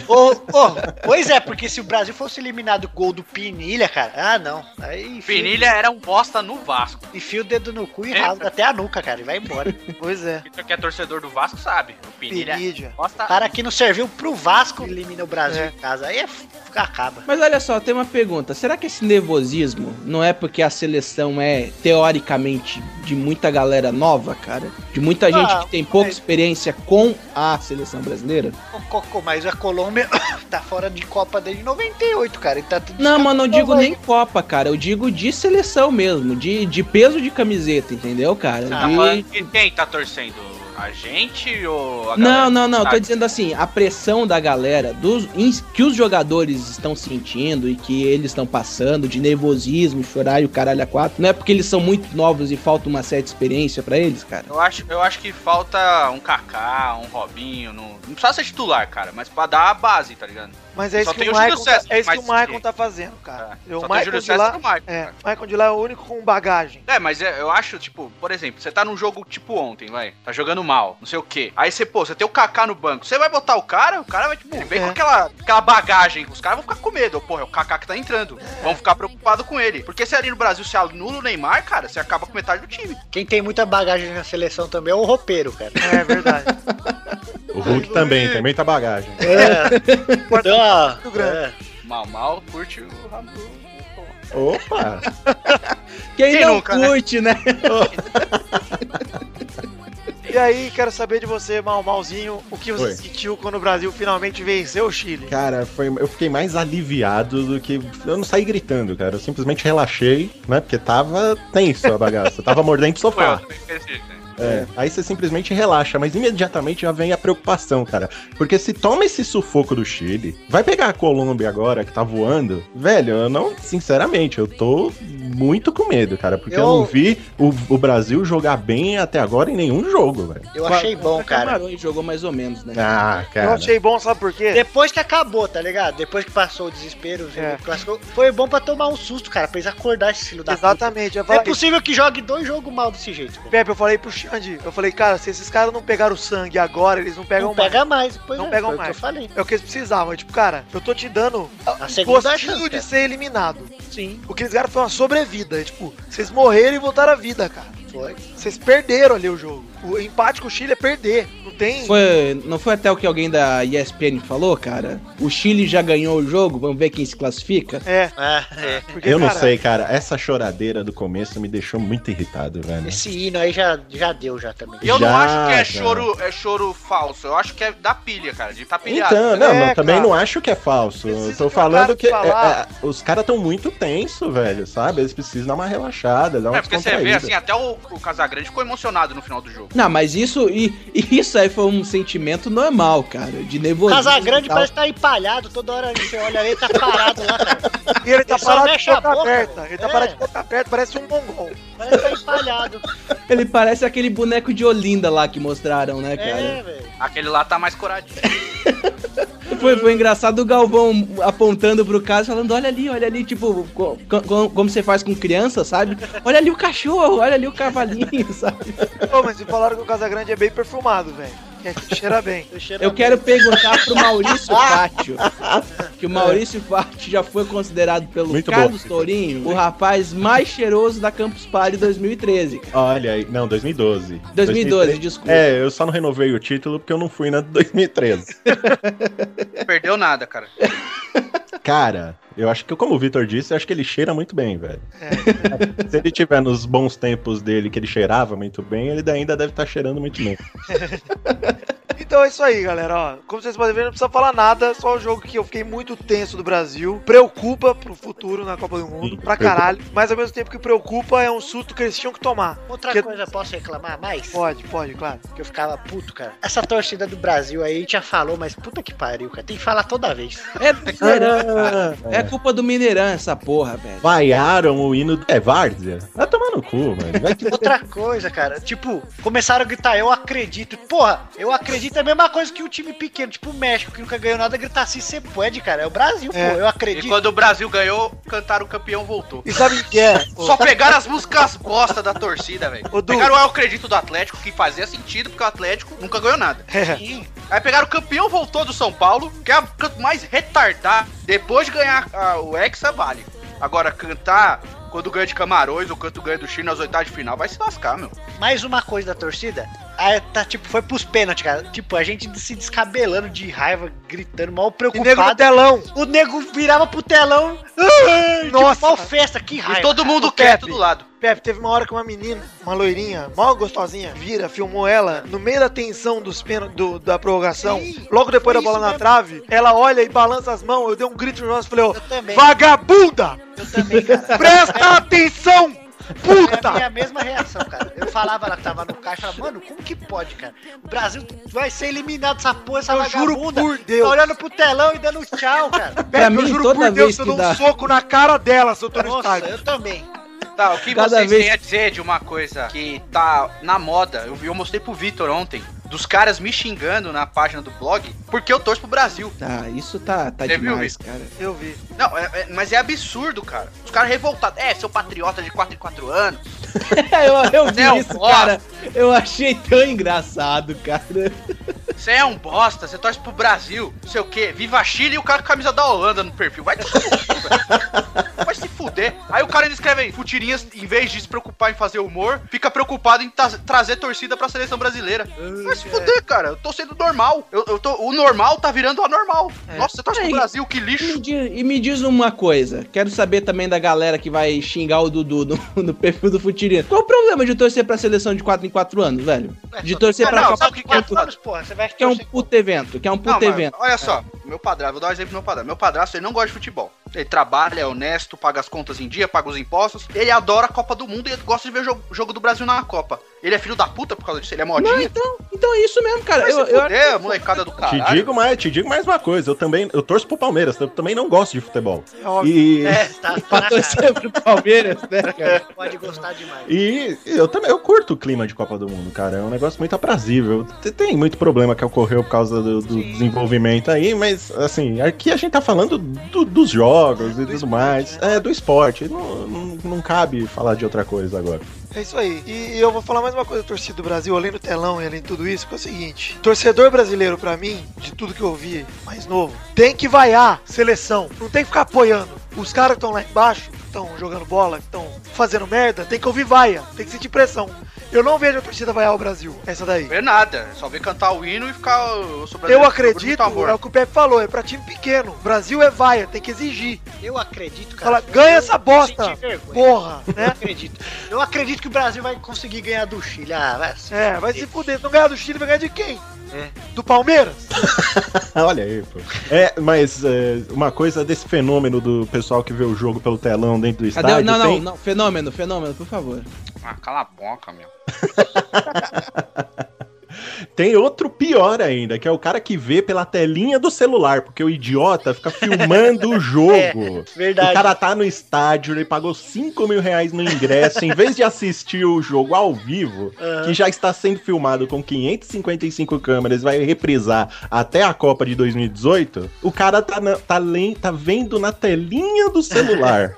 S5: Ô, ô, pois é, porque se o Brasil fosse eliminado gol do Pinilha, cara, ah não. Aí enfia,
S4: Penilha era um bosta no Vasco.
S5: enfia o dedo no cu e
S4: É.
S5: rasga até a nuca, cara, e vai embora.
S3: Pois é.
S4: Quem que é torcedor do Vasco sabe. O Penilha
S3: Pinídia.
S5: O
S4: é bosta. Tá
S5: cara que não serviu pro Vasco elimina o Brasil
S3: É.
S5: em casa. Aí é, f- acaba.
S6: Mas olha só, tem uma pergunta. Será que esse nervosismo não é porque a seleção é, teoricamente, de muita galera nova, cara? De muita gente
S5: Ah,
S6: que tem pouca
S5: mas-
S6: experiência com a seleção brasileira?
S5: Ô, Cocô, mas a Colômbia (coughs) tá fora de Copa desde 98, cara, e tá tudo
S6: Não,
S5: escapando,
S6: mano, eu não digo
S5: velho.
S6: nem Copa, cara. Eu digo de seleção mesmo. De, de peso de camiseta, entendeu, cara?
S5: Ah,
S4: Tá
S6: De-
S4: falando que quem tá torcendo? A gente ou a galera?
S6: Não, não, não. Tô
S4: Sabe?
S6: dizendo assim, a pressão da galera, dos ins- que os jogadores estão sentindo e que eles estão passando, de nervosismo, chorar e o caralho a quatro, não é porque eles são muito novos e falta uma certa experiência pra eles, cara.
S4: Eu acho, eu acho que falta um Kaká, um Robinho. Não, não precisa ser titular, cara, mas pra dar a base, tá ligado?
S3: Mas é isso
S4: Só
S3: que
S4: tem
S3: o
S4: o Júlio
S3: Michael,
S4: César,
S3: tá, é isso que
S4: mas
S3: o Michael
S4: quem?
S3: tá fazendo, cara.
S4: É.
S3: O
S4: Só tem o
S3: Michael
S4: Júlio
S3: de
S4: César e
S3: lá.
S4: o né? Michael.
S3: É, o Michael de lá é o único com bagagem.
S4: É, mas é- eu acho, tipo, por exemplo, você tá num jogo tipo ontem, vai. Tá jogando mal, não sei o quê. Aí você, pô, você tem o Kaká no banco. Você vai botar o cara, o cara vai, tipo, vem
S3: É.
S4: com aquela, aquela bagagem. Os caras vão ficar com medo. Porra, é o Kaká que tá entrando. Vão ficar preocupados com ele. Porque se ali no Brasil se anula o Neymar, cara, você acaba com metade do time.
S5: Quem tem muita bagagem na seleção também é o
S3: (laughs)
S5: roupeiro, cara.
S3: É verdade.
S7: O Hulk também, tem muita bagagem.
S5: Então, ó,
S3: Muito grande.
S5: é.
S4: Mal, mal, curte o Ramon.
S7: Opa!
S6: Quem,
S4: Quem
S6: não
S4: nunca, né?
S6: curte, né?
S3: E aí, quero saber de você, Mal Malzinho, o que você
S7: Oi.
S3: sentiu quando o Brasil finalmente venceu o Chile?
S7: Cara, foi, eu fiquei mais aliviado do que. Eu não saí gritando, cara. Eu simplesmente relaxei, né? Porque tava tenso a bagaça. tava mordendo o
S4: Foi, eu
S7: sofá.
S4: também pensei, né?
S7: É, aí você simplesmente relaxa, mas imediatamente já vem a preocupação, cara. Porque se toma esse sufoco do Chile, vai pegar a Colômbia agora, que tá voando. Velho, eu não. Sinceramente, eu tô muito com medo, cara. Porque eu,
S5: Eu-
S7: não vi o, o Brasil jogar bem até agora em nenhum jogo, velho.
S5: Eu achei bom, cara.
S6: Camarões jogou mais ou menos,
S4: É.
S6: né?
S7: Ah,
S3: Eu
S7: cara.
S3: achei bom, sabe por quê?
S5: Depois que acabou, tá ligado? Depois que passou o desespero,
S3: É.
S5: o clássico, foi bom pra tomar um susto, cara, pra eles acordar esse filho da puta.
S3: Exatamente. Eu
S5: É
S3: falei,
S5: possível que jogue dois jogos mal desse jeito. cara.
S3: Pepe, eu falei pro Xande, eu falei, cara, se esses caras não pegaram o sangue agora, eles não pegam
S5: não
S3: mais.
S5: pega mais, pois
S3: Não
S5: é,
S3: pegam
S5: foi o que
S3: mais.
S5: eu falei.
S3: É o que eles precisavam. Tipo, cara, eu tô te dando
S5: A
S3: o
S5: segunda
S3: gostinho
S5: chance.
S3: de
S5: cara.
S3: ser eliminado.
S5: Sim,
S3: O que eles ganharam foi uma sobrevida. Tipo, vocês morreram e voltaram à vida, cara.
S5: foi.
S3: Vocês perderam ali o jogo. O empate com o Chile é perder. Não tem.
S6: Foi, não foi até o que alguém da ESPN falou, cara? O Chile já ganhou o jogo, vamos ver quem se classifica?
S3: É,
S5: Ah, é.
S3: porque,
S7: Eu não
S3: cara,
S7: sei, cara. Essa choradeira do começo me deixou muito irritado, velho.
S5: Esse hino aí já, já deu já também.
S4: E eu não
S7: Já,
S4: acho que é
S7: cara.
S4: choro, é choro falso. Eu acho que é da pilha, cara. De tá pilhado.
S7: Então, não,
S3: É,
S7: não, também
S3: cara.
S7: não acho que é falso.
S3: Precisa
S7: Eu
S3: de um
S7: tô falando
S3: cara
S7: que é-
S3: falar.
S7: é- os caras estão muito tenso, velho, sabe? Eles precisam dar uma relaxada, dar uma
S4: É, porque você vê,
S7: descontraída.
S4: assim, até o, o Casagrande ficou emocionado no final do jogo.
S6: Não, mas isso e, e isso aí foi um sentimento normal, cara, de
S5: O
S6: nervosismo.
S5: Casagrande
S6: e tal.
S5: parece que tá empalhado, toda hora você olha ele tá parado lá, cara.
S3: E ele tá
S5: Ele só
S3: parado de
S5: mexe a
S3: boca,
S5: boca,
S3: aberta.
S5: velho.
S3: Ele tá
S5: É.
S3: parado de boca aberta, parece um mongol.
S5: Parece que
S3: (laughs)
S5: tá empalhado.
S6: Ele parece aquele boneco de Olinda lá que mostraram, né, cara?
S5: É, velho.
S4: Aquele lá tá mais coradinho.
S6: Foi, foi engraçado o Galvão apontando pro caso, falando: olha ali, olha ali, tipo, co- co- como, você faz com criança, sabe? Olha ali o cachorro, olha ali o cavalinho, (laughs) sabe?
S3: Pô, mas me falaram que o Casagrande é bem perfumado, velho. É que cheira bem.
S6: Eu quero perguntar pro Maurício Fátio, que o Maurício Fátio já foi considerado pelo
S7: Muito
S6: Carlos
S7: bom.
S6: Tourinho o rapaz mais cheiroso da Campus Party 2013. cara.
S7: Olha aí. Não, 2012.
S6: 2012, desculpa.
S7: É, eu só não renovei o título porque eu não fui na de 2013.
S3: (laughs)
S4: Perdeu nada, cara.
S7: Cara, eu acho que, como o Vitor disse, eu acho que ele cheira muito bem, velho.
S3: É.
S7: Se ele tiver nos bons tempos dele que ele cheirava muito bem, ele ainda deve estar cheirando muito bem.
S3: Então é isso aí, galera. Ó, como vocês podem ver, não precisa falar nada. Só o jogo que eu fiquei muito tenso do Brasil. Preocupa pro futuro na Copa do Mundo,
S7: Sim,
S3: pra
S7: preocupa.
S3: caralho. Mas ao mesmo tempo que preocupa, é um susto que eles tinham que tomar.
S5: Outra
S3: Que-
S5: coisa, posso reclamar mais?
S3: Pode, pode, claro.
S5: Que eu ficava puto, cara. Essa torcida do Brasil aí a gente já falou, mas puta que pariu, cara. Tem que falar
S3: (laughs)
S5: toda vez.
S6: É do Mineirão,
S7: (laughs)
S6: cara. É culpa do Mineirão essa porra, velho.
S7: Vaiaram o hino do. É, Várzea? Vai tomar no cu, velho. Vai te-
S5: Outra coisa, cara. Tipo, começaram a gritar, eu acredito. Porra, eu acredito é a mesma coisa que um time pequeno, tipo o México, que nunca ganhou nada, gritar assim, você pode, cara. É o Brasil,
S3: É.
S5: pô. Eu
S4: E
S5: acredito.
S4: quando o Brasil ganhou, cantaram o campeão voltou.
S3: E sabe o que é? ô?
S4: Só pegaram as músicas bosta da torcida, velho.
S3: Ô, Du.
S4: Pegaram o Eu Acredito do Atlético, que fazia sentido, porque o Atlético nunca ganhou nada.
S3: É,
S5: Sim.
S4: Aí pegaram o campeão voltou do São Paulo, que é a canto mais retardado. Depois de ganhar ah, o Hexa, vale. Agora, cantar quando ganha de Camarões ou quando ganha do Chile nas oitavas de final, vai se lascar, meu.
S5: Mais uma coisa da torcida. Aí tá, tipo, foi pros pênaltis, cara. Tipo, a gente se descabelando de raiva, gritando, mal
S3: e nego no
S5: preocupado.
S3: telão.
S5: O nego virava pro telão.
S3: Nossa.
S5: Nossa. Tipo, mal festa, que raiva.
S4: E todo mundo
S3: Tá, é, Pepe.
S4: quieto do lado.
S3: Pepe, teve uma hora que uma menina, uma loirinha, mal gostosinha, vira, filmou ela, no meio da tensão dos pênal- do, da prorrogação,
S5: Sim,
S3: logo depois da
S5: foi
S3: bola
S5: isso
S3: na
S5: mesmo.
S3: trave, ela olha e balança as mãos, eu dei um grito no nosso e falei, ó,
S5: Eu também.
S3: vagabunda,
S5: Eu também, cara.
S3: presta atenção,
S5: É a
S3: puta!
S5: minha mesma reação, cara. Eu falava lá que tava no caixa, eu falava, mano, como que pode, cara? O Brasil vai ser eliminado essa porra, essa
S3: Eu juro
S5: vagabunda.
S3: por Deus.
S5: Tá olhando pro telão e dando tchau, cara.
S6: Pra
S3: Pepe, eu
S6: mim,
S3: juro
S6: toda
S3: por Deus,
S6: vez
S3: eu
S6: que
S3: dou um
S6: dá-
S3: soco na cara dela se eu tô no
S5: Nossa,
S3: estádio.
S5: eu também.
S4: Tá, o que
S6: Cada
S4: vocês
S6: vez-
S4: têm a dizer de uma coisa que tá na moda? Eu, vi- eu mostrei pro Vitor ontem, dos caras me xingando na página do blog, porque eu torço pro Brasil.
S6: Tá, isso tá, tá
S4: Você viu,
S6: demais, cara.
S3: Eu vi.
S4: Não, é- é- mas é absurdo, cara. Os caras revoltados. É, seu patriota de 4 em 4 anos.
S6: É, eu, eu vi
S4: Não,
S6: isso,
S4: ó.
S6: cara. Eu achei tão engraçado, cara.
S4: Você é um bosta, você torce pro Brasil, não sei o quê. Viva Chile e o cara com a camisa da Holanda no perfil. Vai, te fuder, velho. Vai se fuder. Aí o cara ainda escreve aí, futirinhas, em vez de se preocupar em fazer humor, fica preocupado em tra- trazer torcida pra seleção brasileira. Vai se fuder, cara. Eu tô sendo normal. Eu, eu tô, o normal tá virando anormal. Nossa, você torce pro
S6: É, e-
S4: Brasil, que
S6: E me
S4: lixo.
S6: di- E me diz uma coisa, quero saber também da galera que vai xingar o Dudu no, no perfil do Futirino. Qual o problema de torcer pra seleção de 4 em 4 anos, velho? De torcer
S4: Ah,
S6: pra
S4: não,
S6: Copa
S4: sabe o que
S6: do
S4: que é
S6: Mundo,
S5: Quatro anos, porra, você vai
S6: que é um
S5: torcer-
S6: puto evento, que é um
S4: Não,
S6: puto
S4: mas,
S6: evento.
S4: olha só, meu padrasto, vou dar um exemplo do meu padrasto. Meu padrasto, ele não gosta de futebol. Ele trabalha, é honesto, paga as contas em dia, paga os impostos. Ele adora a Copa do Mundo e ele gosta de ver o jogo, jogo do Brasil na Copa. Ele é filho da puta por causa disso, ele é
S6: Não,
S4: modinho.
S6: então, então é isso mesmo, cara.
S4: Mas
S6: Eu,
S4: eu,
S6: eu,
S4: fuder, molecada do caralho.
S7: Te digo mais, te digo mais uma coisa. Eu também, eu torço pro Palmeiras. Eu também não gosto de futebol.
S3: É óbvio.
S7: E,
S5: É, tá, tá
S6: pra
S5: na cara.
S6: torcer é pro Palmeiras, né,
S7: É
S6: cara?
S5: Pode gostar demais.
S7: e eu também, eu curto o clima de Copa do Mundo, cara. É um negócio muito aprazível. Te- Tem muito problema que ocorreu por causa do, do desenvolvimento aí, mas assim, aqui a gente tá falando do- dos jogos e tudo mais. É do esporte. Não, não, não cabe falar de outra coisa agora.
S3: É isso aí. E eu vou falar mais uma coisa da torcida do Brasil, além do telão e além de tudo isso, que é o seguinte: torcedor brasileiro, pra mim, de tudo que eu vi, mais novo, tem que vaiar seleção. Não tem que ficar apoiando. Os caras que estão lá embaixo, que estão jogando bola, que estão fazendo merda, tem que ouvir vaia, tem que sentir pressão. Eu não vejo a torcida vaiar o Brasil, essa daí.
S4: Não
S5: É,
S4: vê nada, é só vê cantar o hino e ficar. Eu, sou brasileiro,
S3: Eu
S4: muito
S3: acredito,
S5: tá
S4: amor.
S3: é o que o Pepe falou, é pra time pequeno. Brasil é vaia, tem que exigir.
S5: Eu acredito, cara.
S3: Fala, ganha
S5: Eu
S3: essa bosta,
S5: senti vergonha.
S3: porra,
S5: Eu
S3: né?
S5: acredito. Eu acredito que o Brasil vai conseguir ganhar do Chile. Ah, vai. se
S3: É, vai se fuder. Se não ganhar do Chile, vai ganhar de quem?
S5: É.
S3: Do Palmeiras?
S7: Ah, Olha aí, pô. É, mas é, uma coisa desse fenômeno do pessoal que vê o jogo pelo telão dentro do
S6: Cadê?
S7: estádio.
S6: não, não,
S7: tem- É.
S6: não. Fenômeno, fenômeno, por favor.
S4: Ah, cala a boca, meu.
S7: Tem outro pior ainda, que é o cara que vê pela telinha do celular, porque o idiota fica filmando
S6: (laughs) É.
S7: o jogo. O
S5: Verdade.
S7: cara tá no estádio, ele pagou 5 mil reais no ingresso, em vez de assistir o jogo ao vivo, que já está sendo filmado com 555 câmeras, vai reprisar até a Copa de 2018, o cara tá, na- tá, len- tá vendo na telinha do celular.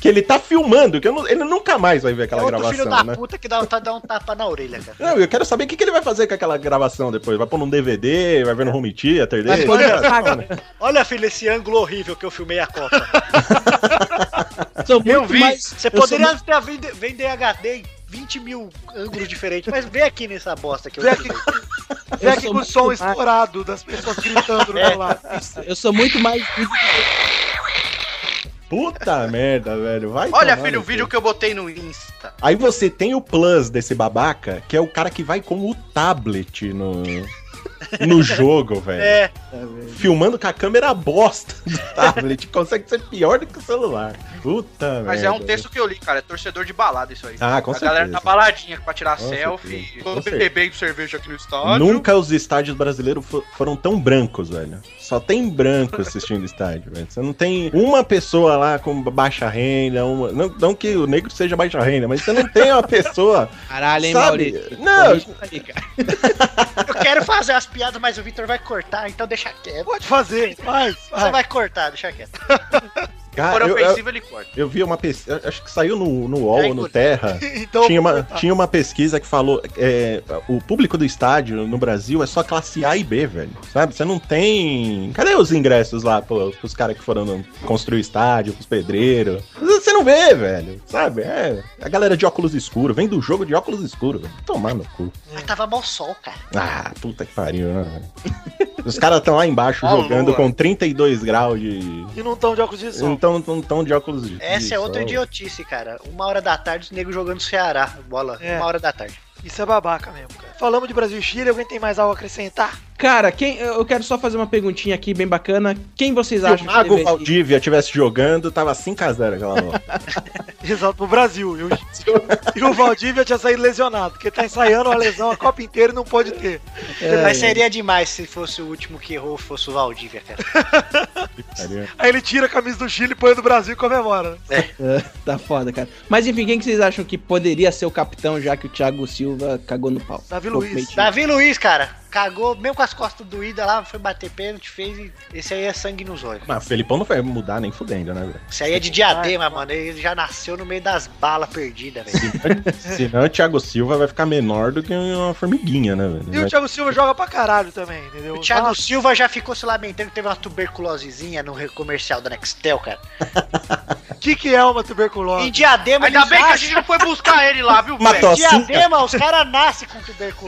S7: que ele tá filmando, que eu não- ele nunca mais vai ver aquela
S5: é outro
S7: gravação,
S5: filho da
S7: né?
S5: puta que dá vontade de dar um tapa na orelha, cara.
S7: Não, eu quero saber o que, que ele vai fazer com aquela gravação depois. Vai pôr num DVD, vai ver no home theater dele.
S6: pôr no
S7: Cara,
S6: saco.
S5: Olha, filho, esse ângulo horrível que eu filmei a Copa.
S6: Sou muito
S4: Eu vi.
S6: mais-
S5: Você
S6: eu sou
S5: poderia ter vende- vender HD em 20 mil ângulos diferentes, mas vem aqui nessa bosta que eu
S3: Vem aqui,
S5: filmei.
S3: vem
S6: Eu
S3: aqui
S6: sou
S3: com o
S6: muito
S3: som
S6: mais- É.
S3: estourado das pessoas
S6: (laughs)
S3: gritando no meu lado.
S6: Eu sou muito mais.
S7: Puta merda, velho. Vai
S4: Olha,
S7: tomar
S4: filho,
S7: no
S4: o vídeo
S7: cu.
S4: que eu botei no Insta.
S7: Aí você tem o plus desse babaca, que é o cara que vai com o tablet no,
S4: (laughs)
S7: no jogo, velho.
S5: É,
S7: Filmando com a câmera bosta
S4: (laughs)
S7: do tablet. consegue ser pior do que o celular. Puta
S4: Mas
S7: merda. né?
S4: é um texto que eu li, cara. É torcedor de balada isso aí.
S7: Ah, com
S4: a
S7: certeza.
S4: galera tá baladinha pra tirar
S7: Com
S4: selfie.
S7: certeza, com certeza.
S4: Bebendo cerveja aqui no estádio.
S7: Nunca os estádios brasileiros fo- foram tão brancos, velho. Só tem branco assistindo estádio, velho. Você não tem uma pessoa lá com baixa renda, uma... não, não que o negro seja baixa renda, mas você não tem uma pessoa.
S6: Caralho, hein,
S7: Sabe?
S6: Maurício?
S7: Não.
S4: tá
S6: Corrige aí, cara.
S5: eu quero fazer as piadas, mas o Vitor vai cortar, então deixa quieto.
S3: Pode fazer, faz.
S5: Você
S3: faz.
S5: vai cortar, deixa quieto.
S7: Cara,
S4: Fora
S7: eu, eu,
S4: ofensiva, ele corta.
S7: eu vi uma pesquisa, acho que saiu no, no UOL ou no
S5: (laughs)
S7: Terra.
S3: Então,
S7: Tinha uma,
S3: tá.
S7: tinha uma pesquisa que falou é, o público do estádio no Brasil é só classe A e B, velho. Sabe? Você não tem. Cadê os ingressos lá pro, pros caras que foram construir o estádio, pros pedreiros? Você não vê, velho. Sabe? É. A galera de óculos escuros, vem do jogo de óculos escuros, velho. Tomar no cu.
S5: Mas tava mal sol, cara.
S7: Ah, puta que pariu, né?
S5: (laughs)
S7: velho? Os caras estão lá embaixo
S5: Tá
S4: Ó,
S7: jogando
S4: lua.
S7: com 32 graus de.
S3: E não tão de óculos de sol.
S7: Então, tão, tão de óculos de.
S5: Essa é
S7: sol.
S5: outra idiotice, cara. Uma hora da tarde, os negros jogando Ceará. Bola,
S3: É.
S5: uma hora da tarde.
S3: Isso é babaca mesmo, cara. Falamos de Brasil e Chile, alguém tem mais algo a acrescentar? (laughs)
S6: Cara, quem, eu eu quero só fazer uma perguntinha aqui bem bacana. Quem vocês
S7: Se
S6: acham
S7: o Mago
S6: deveria-
S7: Valdívia estivesse jogando, tava 5x0 aquela
S4: (laughs)
S7: bola.
S3: Exato, pro Brasil.
S6: (laughs)
S3: E o, e o Valdívia tinha saído lesionado, porque tá ensaiando uma lesão a Copa inteira e não pode ter.
S5: Mas seria demais se fosse o último que errou, fosse o Valdívia, cara.
S7: Pariu.
S3: Aí ele tira a camisa do Chile, põe a do Brasil e comemora.
S6: Tá foda, cara. Mas enfim, quem que vocês acham que poderia ser o capitão, já que o Thiago Silva cagou no pau?
S3: Davi
S6: Ficou
S3: Luiz.
S6: metido.
S5: Davi Luiz, cara, cagou mesmo com as costas doídas lá, foi bater pênalti, fez e esse aí é sangue nos olhos.
S7: Mas o Felipão não vai mudar nem fudendo, né, velho?
S5: Esse aí é de diadema, mano. Ele já nasceu no meio das balas perdidas, velho.
S4: É.
S7: Senão o Thiago Silva vai ficar menor do que uma formiguinha, né,
S3: E o
S7: velho?
S3: Thiago Silva joga pra caralho também, entendeu? Ah,
S5: O Thiago
S3: Nossa,
S5: Silva já ficou se lamentando que teve uma tuberculosezinha no comercial da Nextel, cara.
S3: o que, que é uma
S5: Em
S3: tuberculose?
S5: diadema,
S4: Ainda
S5: eles
S4: bem que a
S5: nascem-
S4: gente não foi buscar ele lá,
S7: (laughs)
S4: viu,
S7: Uma
S5: Em
S7: tosse.
S5: diadema, os caras nascem com tuberculose.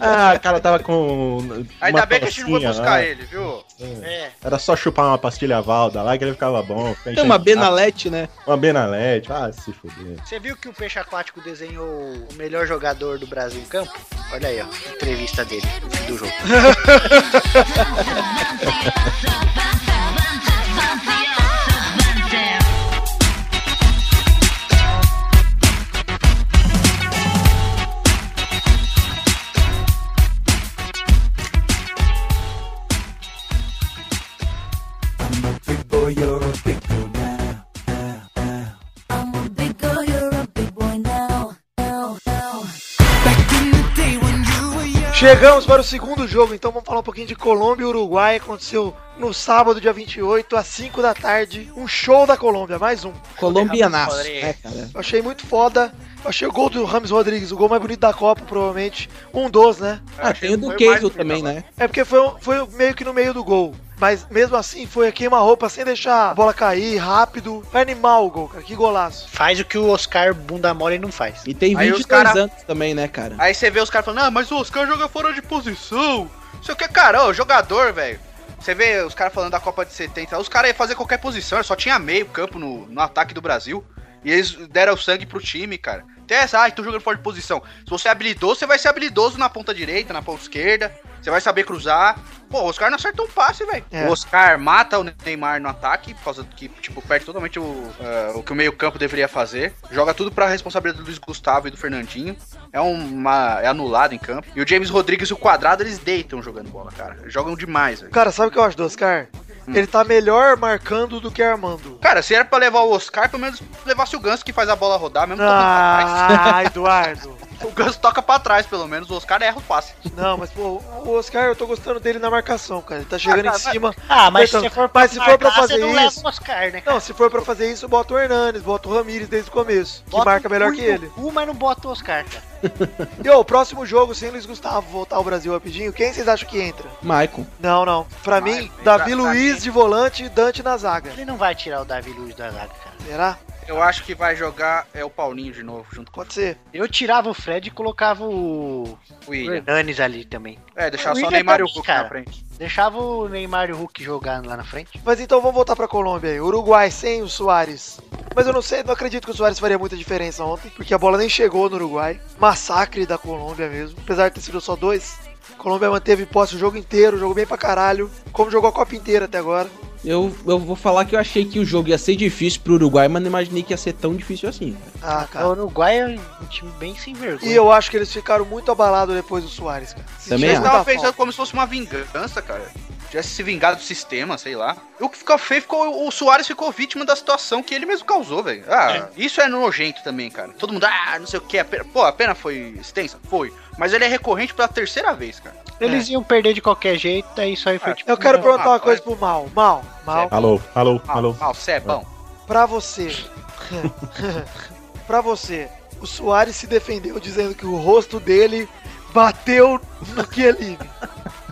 S7: Ah, o cara tava com.
S4: né? Ainda
S7: uma
S4: bem que a gente não foi
S7: tocinha
S4: buscar
S7: lá.
S4: ele, viu?
S5: É.
S7: Era só chupar uma pastilha valda lá que ele ficava bom. ficar
S6: Tem uma
S7: enchendo-
S6: Benalete, né?
S7: Ah, Uma Benalete. Ah, se fuder.
S5: Você viu que o Peixe Aquático desenhou o melhor jogador do Brasil em campo? Olha aí, ó. Entrevista dele no fim do jogo.
S8: I'm a big girl, you're a big boy now. now, now. Back in the day when you were young.
S3: Chegamos para o segundo jogo, então vamos falar um pouquinho de Colômbia e Uruguai. Aconteceu no sábado, dia 28, às 5 da tarde. Um show da Colômbia, mais um.
S6: Colombianaço, né, cara?
S3: Eu achei muito foda. Eu achei o gol do Rames Rodrigues, o gol mais bonito da Copa, provavelmente. Um dos, né?
S6: Ah, tem o
S4: Foi
S6: do
S4: o
S6: Queijo
S4: mais
S6: também, né?
S3: É porque foi, um- foi meio que no meio do gol. Mas mesmo assim, foi a queima-roupa, sem deixar a bola cair, rápido. Foi animal o gol, cara. Que golaço.
S5: Faz o que o Oscar Bunda Mole não faz.
S6: E tem
S4: Aí
S6: 22
S4: os cara-
S6: anos também, né, cara?
S4: Aí você vê os caras falando, ah, mas o Oscar joga fora de posição. Isso aqui é caramba, jogador, velho. Você vê os caras falando da Copa de 70, os caras iam fazer qualquer posição, só tinha meio campo no, no ataque do Brasil. E eles deram o sangue pro time, cara. Tem essa, ah, tô jogando fora de posição. Se você é habilidoso, você vai ser habilidoso na ponta direita, na ponta esquerda. Você vai saber cruzar. Pô, o Oscar não acertou um passe, velho.
S3: É.
S4: O Oscar mata o Neymar no ataque, por causa que, tipo, perde totalmente o, ah, o que o meio-campo deveria fazer. Joga tudo pra responsabilidade do Luiz Gustavo e do Fernandinho é, uma, é anulado em campo. E o James Rodrigues e o Quadrado, eles deitam jogando bola, cara. Jogam demais, velho.
S3: Cara, sabe o que eu acho do Oscar? Ele tá melhor marcando do que
S4: (laughs)
S3: armando.
S4: Cara, se era pra levar o Oscar, pelo menos levasse o Ganso que faz a bola rodar, mesmo tocando pra
S3: Ah, Eduardo.
S4: trás. O Ganso toca pra trás, pelo menos. O Oscar erra o passe.
S3: Não, mas pô, o Oscar, eu tô gostando dele na marcação, cara. Ele tá chegando
S4: Ah,
S3: em
S4: tá,
S3: cima.
S5: Ah, mas
S3: Então,
S5: se for
S3: mas se for pra
S5: marcar,
S3: fazer
S5: você não
S3: isso- então,
S5: leva o Oscar, né?
S3: Não, se for pra fazer isso, bota o Hernanes, bota o Ramires desde o começo. Que
S5: Bota
S3: marca
S5: o
S3: melhor
S5: cu
S3: que
S5: no
S3: ele.
S5: Cu, mas não bota o Oscar, cara.
S3: E ó, o próximo jogo, sem Luiz Gustavo voltar ao Brasil rapidinho, quem vocês acham que entra?
S6: Maicon.
S3: Não, não. Pra
S4: Vai,
S3: mim,
S4: pra-
S3: Davi
S4: pra
S3: Luiz
S4: mim.
S3: de volante e Dante na zaga.
S5: Ele não vai tirar o Davi Luiz da zaga, cara.
S3: Será?
S4: Eu acho que vai jogar é o Paulinho de novo, junto com
S3: Pode ser.
S5: Eu tirava o Fred e colocava o
S4: o William.
S5: Hernanes ali também.
S4: É, deixar
S5: O
S4: só o
S5: William
S4: Neymar e o
S5: também,
S4: Hulk
S5: cara.
S4: na frente.
S5: Deixava o Neymar e o Hulk jogando lá na frente.
S3: Mas então vamos voltar pra Colômbia aí. Uruguai sem o Soares. Mas eu não sei, não acredito que o Soares faria muita diferença ontem, porque a bola nem chegou no Uruguai. Massacre da Colômbia mesmo. Apesar de ter sido só dois, a Colômbia manteve posse o jogo inteiro, jogou bem pra caralho. Como jogou a Copa inteira até agora.
S6: Eu, eu vou falar que eu achei que o jogo ia ser difícil pro Uruguai, mas não imaginei que ia ser tão difícil assim. cara.
S3: Ah,
S5: O
S3: cara.
S5: Uruguai é um time bem sem vergonha.
S3: E eu acho que eles ficaram muito abalados depois do Soares, cara. tá
S6: Também
S4: Eles
S6: acho.
S4: estavam
S3: tava
S4: pensando como se fosse uma vingança, cara. Tivesse se vingado do sistema, sei lá. E o que ficou feio ficou. O Soares ficou vítima da situação que ele mesmo causou, velho. Ah, isso é nojento também, cara. Todo mundo, ah, não sei o que. A pena, pô, a pena foi extensa? Foi. Mas ele é recorrente pela terceira vez, cara.
S5: Eles iam perder de qualquer jeito, aí isso aí foi
S4: Ah,
S5: tipo.
S3: É. Eu quero
S5: não.
S3: perguntar uma
S4: Ah,
S3: coisa pro Mal. Mal,
S6: é
S3: Mal,
S7: Alô, alô, alô.
S4: Ah, o Cé é bom.
S3: pra você. (laughs) pra você. O Soares se defendeu dizendo que o rosto dele bateu no Chiellini.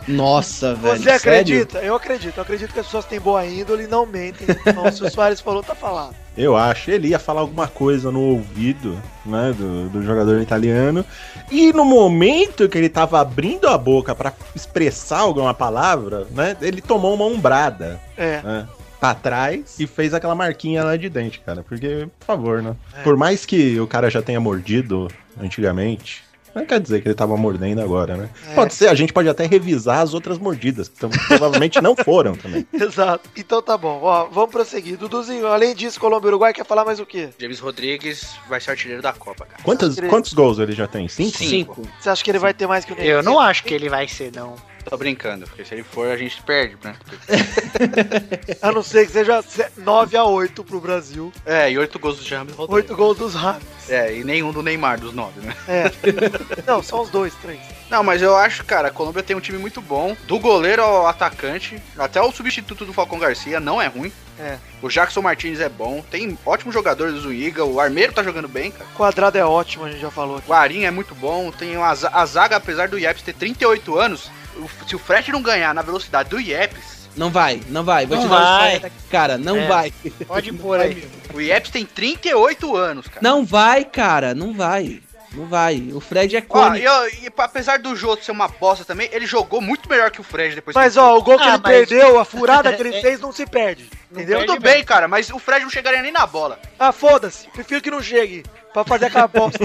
S6: Nossa, velho.
S3: Você
S6: sério?
S3: acredita? Eu acredito. Eu acredito que as pessoas têm boa índole e não mentem. Então, se o Soares falou, tá falado.
S7: Eu acho. Ele ia falar alguma coisa no ouvido, né, do, do jogador italiano. E no momento que ele tava abrindo a boca pra expressar alguma palavra, né, ele tomou uma umbrada
S3: É. (laughs)
S7: né, pra trás e fez aquela marquinha lá de dente, cara. Porque, por favor, né? Por mais que o cara já tenha mordido antigamente. Não quer dizer que ele tava mordendo agora, né?
S3: É.
S7: Pode ser, a gente pode até revisar as outras mordidas, que tam- provavelmente não foram
S3: (laughs)
S7: também.
S3: Exato. Então tá bom. Ó, vamos prosseguir. Duduzinho, além disso, Colômbia e Uruguai quer falar mais o quê?
S4: James Rodrigues vai ser artilheiro da Copa, cara.
S7: Quantos, quantos gols ele já tem? Cinco?
S6: Cinco.
S3: Você acha que ele vai ter mais que o
S5: Eu não acho que ele vai ser, não.
S4: Tô brincando, porque se ele for, a gente perde, né?
S3: A não ser que seja 9x8 pro Brasil.
S4: É, e oito gols do James Rodrigues.
S3: 8 gols dos Raps.
S4: É, e nenhum do Neymar, dos nove, né?
S3: É. Não, só os dois, três.
S4: Não, mas eu acho, cara, a Colômbia tem um time muito bom. Do goleiro ao atacante, até o substituto do Falcão Garcia não é ruim.
S3: É.
S4: O Jackson Martins é bom, tem ótimos jogadores do Iga, o Armeiro tá jogando bem, cara.
S3: Quadrado é ótimo, a gente já falou.
S4: O Arinha é muito bom, tem a, za- a zaga, apesar do Yepes ter 38 anos, o- se o Fred não ganhar na velocidade do Yepes,
S6: Não vai, não vai. Vou
S5: Não
S6: te dar
S5: vai.
S6: um salto aqui, cara. Não
S5: É.
S6: vai.
S5: Pode pôr aí.
S4: o Yepes tem 38 anos, cara.
S6: Não vai, cara. Não vai. Não vai. O Fred é
S4: Ó,
S6: cone.
S4: e, ó, e apesar do Jô ser uma bosta também, ele jogou muito melhor que o Fred depois
S3: Mas
S4: que
S3: ó, o gol que
S5: Ah,
S3: ele
S5: mas- É.
S3: perdeu,
S5: (laughs)
S3: a furada que ele fez, não se perde. Entendeu?
S5: perde.
S4: Tudo bem, cara, mas o Fred não chegaria nem na bola.
S3: Ah, foda-se. Prefiro que não chegue. Pra fazer aquela
S5: (laughs)
S3: bosta.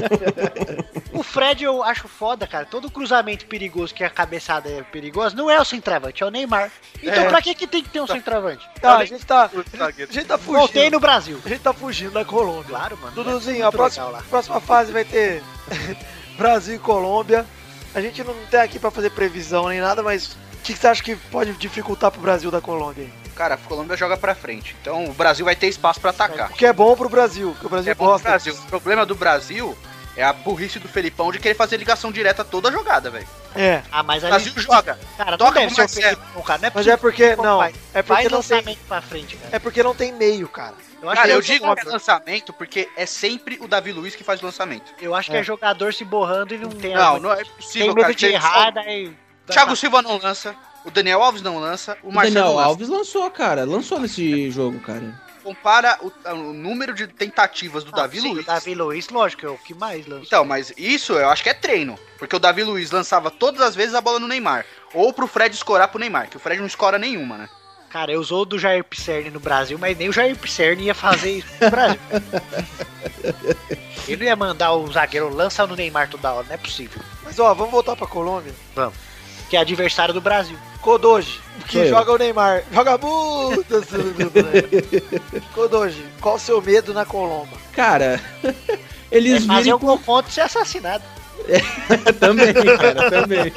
S5: O Fred eu acho foda, cara. Todo cruzamento perigoso que a cabeçada é perigosa não é o centroavante, é o Neymar. Então
S4: É.
S5: pra que, que tem que ter um centroavante?
S3: Tá, a gente tá. A
S4: Zagueiro.
S3: gente tá fugindo.
S5: Voltei no Brasil.
S3: A gente tá fugindo da Colômbia.
S5: Claro, mano.
S3: Duduzinho,
S5: É
S3: a
S5: muito
S3: próxima,
S5: legal lá.
S3: próxima fase vai ter (laughs) Brasil e Colômbia. A gente não tá aqui pra fazer previsão nem nada, mas o que, que você acha que pode dificultar pro Brasil da Colômbia? aí?
S4: Cara, a Colômbia joga pra frente. Então o Brasil vai ter espaço pra atacar.
S3: O que é bom pro Brasil, que o Brasil
S4: É bom pro
S3: gosta.
S4: Brasil. O problema do Brasil é a burrice do Felipão de querer fazer ligação direta toda a jogada, velho.
S3: É,
S5: Ah, mas
S4: O
S5: ali.
S4: Brasil joga.
S5: Cara, não
S4: Toca
S5: deve
S4: pro
S5: ser o
S4: Marcelo.
S5: Felipão, cara. Não é
S3: mas é
S5: possível.
S3: porque. Não,
S5: vai-
S3: é
S5: Vai
S3: porque não tem.
S5: lançamento pra frente, cara.
S3: É porque não tem meio, cara.
S5: Eu acho,
S4: Cara,
S5: que,
S4: eu
S5: é
S4: digo que é
S5: jogador-
S4: lançamento porque é sempre o Davi Luiz que faz o lançamento.
S5: eu acho que é jogador se borrando e não tem
S4: Não, não é
S5: Tem
S4: possível,
S5: medo
S4: cara.
S5: de tá
S4: Tem-
S5: errar, daí.
S4: O Thiago Silva não lança, o Daniel Alves não lança, o
S6: O
S4: Marcelo
S6: Daniel
S4: não lança.
S6: Alves lançou, cara. Lançou nesse jogo, cara.
S4: Compara o, o número de tentativas do
S5: Ah,
S4: Davi
S5: sim,
S4: Luiz.
S5: O Davi Luiz, lógico, é o que mais lançou.
S4: Então, mas isso eu acho que é treino. Porque o Davi Luiz lançava todas as vezes a bola no Neymar. Ou pro Fred escorar pro Neymar, que o Fred não escora nenhuma, né?
S5: Cara, eu usou do Jair Pisserni no Brasil, mas nem o Jair Pisserni ia fazer isso no (laughs) Brasil. cara. Ele não ia mandar o zagueiro lançar no Neymar toda hora, não é possível.
S3: Mas ó, vamos voltar pra Colômbia.
S5: Que é adversário do Brasil.
S3: Kodoji, que
S6: Sou eu.
S3: joga o Neymar. (laughs) Joga muito! Kodoji, qual o seu medo na Colômbia?
S6: Cara, eles
S5: é fazer
S6: viram
S5: algum ponto e ser assassinado.
S6: também, cara, também.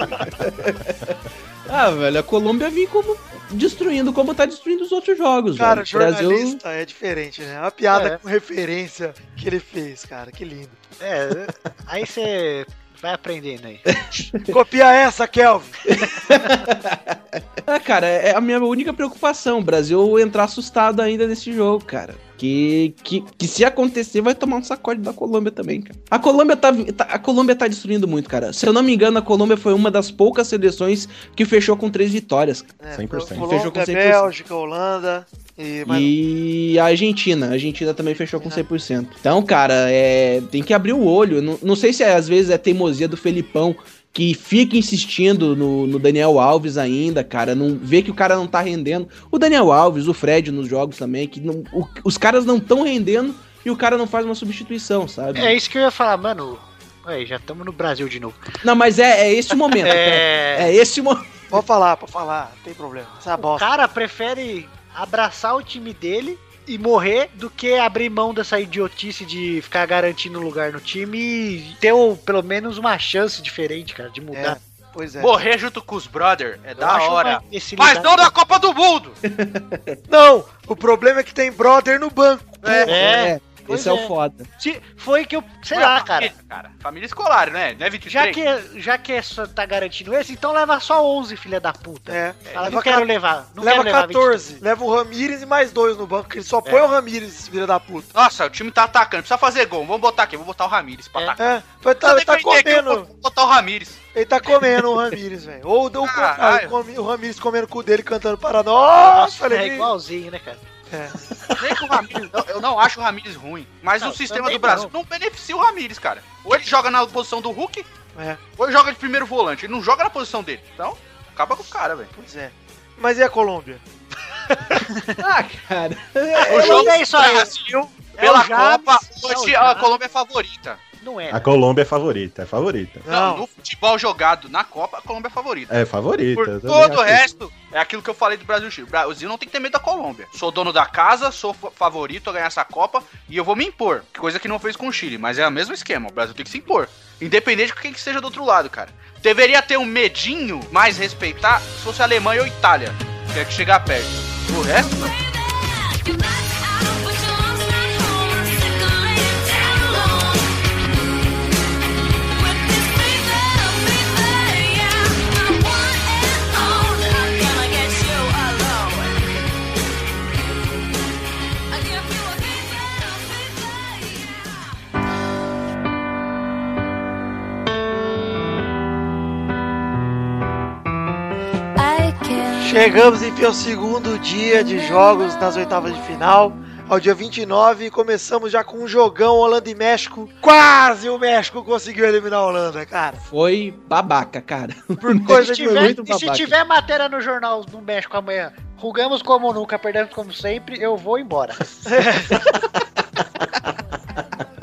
S6: ah, velho, a Colômbia vem como destruindo como tá destruindo os outros jogos,
S3: Cara,
S6: velho. O Brasil
S3: jornalista é diferente, né? Uma piada
S5: É.
S3: com referência que ele fez, cara. Que lindo.
S5: É, aí você vai aprendendo aí.
S3: Copia essa, Kelvin.
S6: Ah, cara, é a minha única preocupação. O Brasil entrar assustado ainda nesse jogo, cara. Que, que, que se acontecer, vai tomar um sacode da Colômbia também, cara. A Colômbia tá, vi- tá- a Colômbia tá destruindo muito, cara. Se eu não me engano, a Colômbia foi uma das poucas seleções que fechou com três vitórias.
S3: É,
S7: 100%.
S3: Colômbia,
S6: Fechou com 100%.
S3: Bélgica, Holanda e... Mas
S6: E a Argentina. A Argentina também fechou com 100%. Então, cara, é, tem que abrir o olho. Não, não sei se é, às vezes é teimosia do Felipão que fica insistindo no, no Daniel Alves ainda, cara. Não vê que o cara não tá rendendo. O Daniel Alves, o Fred nos jogos também, que não- o- os caras não estão rendendo e o cara não faz uma substituição, sabe?
S5: É isso que eu ia falar, mano. Aí, já estamos no Brasil de novo.
S6: Não, mas é, é esse o momento.
S5: (laughs)
S6: cara.
S5: É,
S6: É esse o momento.
S3: Pode falar, pode falar. Não tem problema. Essa é
S5: o
S3: bosta.
S5: cara prefere abraçar o time dele e morrer do que abrir mão dessa idiotice de ficar garantindo lugar no time e ter ou, pelo menos uma chance diferente, cara, de
S3: É,
S5: mudar.
S3: pois é.
S4: Morrer junto com os brother é
S5: Eu
S4: da
S5: acho uma
S4: hora.
S5: imbecilidade.
S4: Mas não na Copa do Mundo!
S3: Não, o problema é que tem brother no banco. né?
S5: É, pois
S6: esse é.
S5: é.
S6: o foda.
S5: se- foi que eu. Sei
S4: Não é
S5: lá, cara.
S4: família, Família escolar, né? Não é 23?
S5: Já que, já que só tá garantindo esse, então leva só 11, filha da puta.
S3: É.
S5: Fala, não
S3: leva
S5: quero
S3: ca-
S5: levar. Não
S3: leva
S5: quero levar
S3: 14. Leva o Ramírez e mais dois no banco, que
S5: É.
S3: ele só põe o Ramírez, esse filho da puta.
S4: Nossa, o time tá atacando, precisa fazer gol. Vamos botar aqui, vou botar o Ramires pra
S5: É.
S4: atacar.
S3: É, vai tá,
S4: Precisa
S3: ele tá
S4: defender aqui, eu
S3: comendo.
S4: vou botar o Ramires.
S3: Ele tá comendo o Ramírez, velho.
S4: (laughs)
S3: Ou deu o
S4: Caralho.
S3: contrário, come- o Ramírez comendo com o dele cantando para nós.
S5: Nossa, é
S3: alegria.
S5: igualzinho, né, cara?
S4: Nem que o Ramires, não, eu não acho o Ramires ruim, mas
S5: Não,
S4: o sistema
S5: também
S4: do Brasil não. beneficia o Ramires, cara. Ou ele joga na posição do Hulk,
S3: É.
S4: ou ele joga de primeiro volante, ele não joga na posição dele. Então, acaba com o cara, velho.
S3: Pois é. Mas e a Colômbia?
S6: Ah,
S5: (laughs)
S6: cara.
S4: O jogo
S5: é isso aí.
S4: Brasil
S5: É
S4: pela
S5: o James,
S4: Copa,
S5: é o
S4: hoje a
S5: James.
S4: Colômbia é favorita.
S5: Não é.
S7: A Colômbia é favorita, é favorita.
S4: Não,
S3: Não.
S4: no futebol jogado na Copa, a Colômbia é favorita.
S7: É favorita.
S4: Por
S7: eu também
S4: todo o
S7: acho
S4: resto, é aquilo que eu falei do Brasil Chile. O Brasil não tem que ter medo da Colômbia. Sou dono da casa, sou fa- favorito a ganhar essa Copa e eu vou me impor. Coisa que não fez com o Chile, mas é o mesmo esquema. O Brasil tem que se impor. Independente de quem que seja do outro lado, cara. Deveria ter um medinho mais respeitar se fosse a Alemanha ou Itália. Que é que chegar perto. O resto, mano.
S8: You're not out, but your arms not home. Sick of laying down alone. With this fever, fever, yeah. My one and only, I'm gonna get you alone. I give you a fever, fever, yeah.
S3: Chegamos enfim ao segundo dia de jogos nas oitavas de final, ao dia 29, e começamos já com um jogão Holanda e México. Quase o México conseguiu eliminar a Holanda, cara.
S6: Foi babaca, cara.
S5: (laughs)
S3: Por
S5: E
S3: coisa
S5: se
S3: de
S6: foi
S5: tiver,
S6: muito
S5: e se
S6: babaca.
S5: tiver matéria no jornal do México amanhã, rugamos como nunca, perdemos como sempre, eu vou embora. (laughs)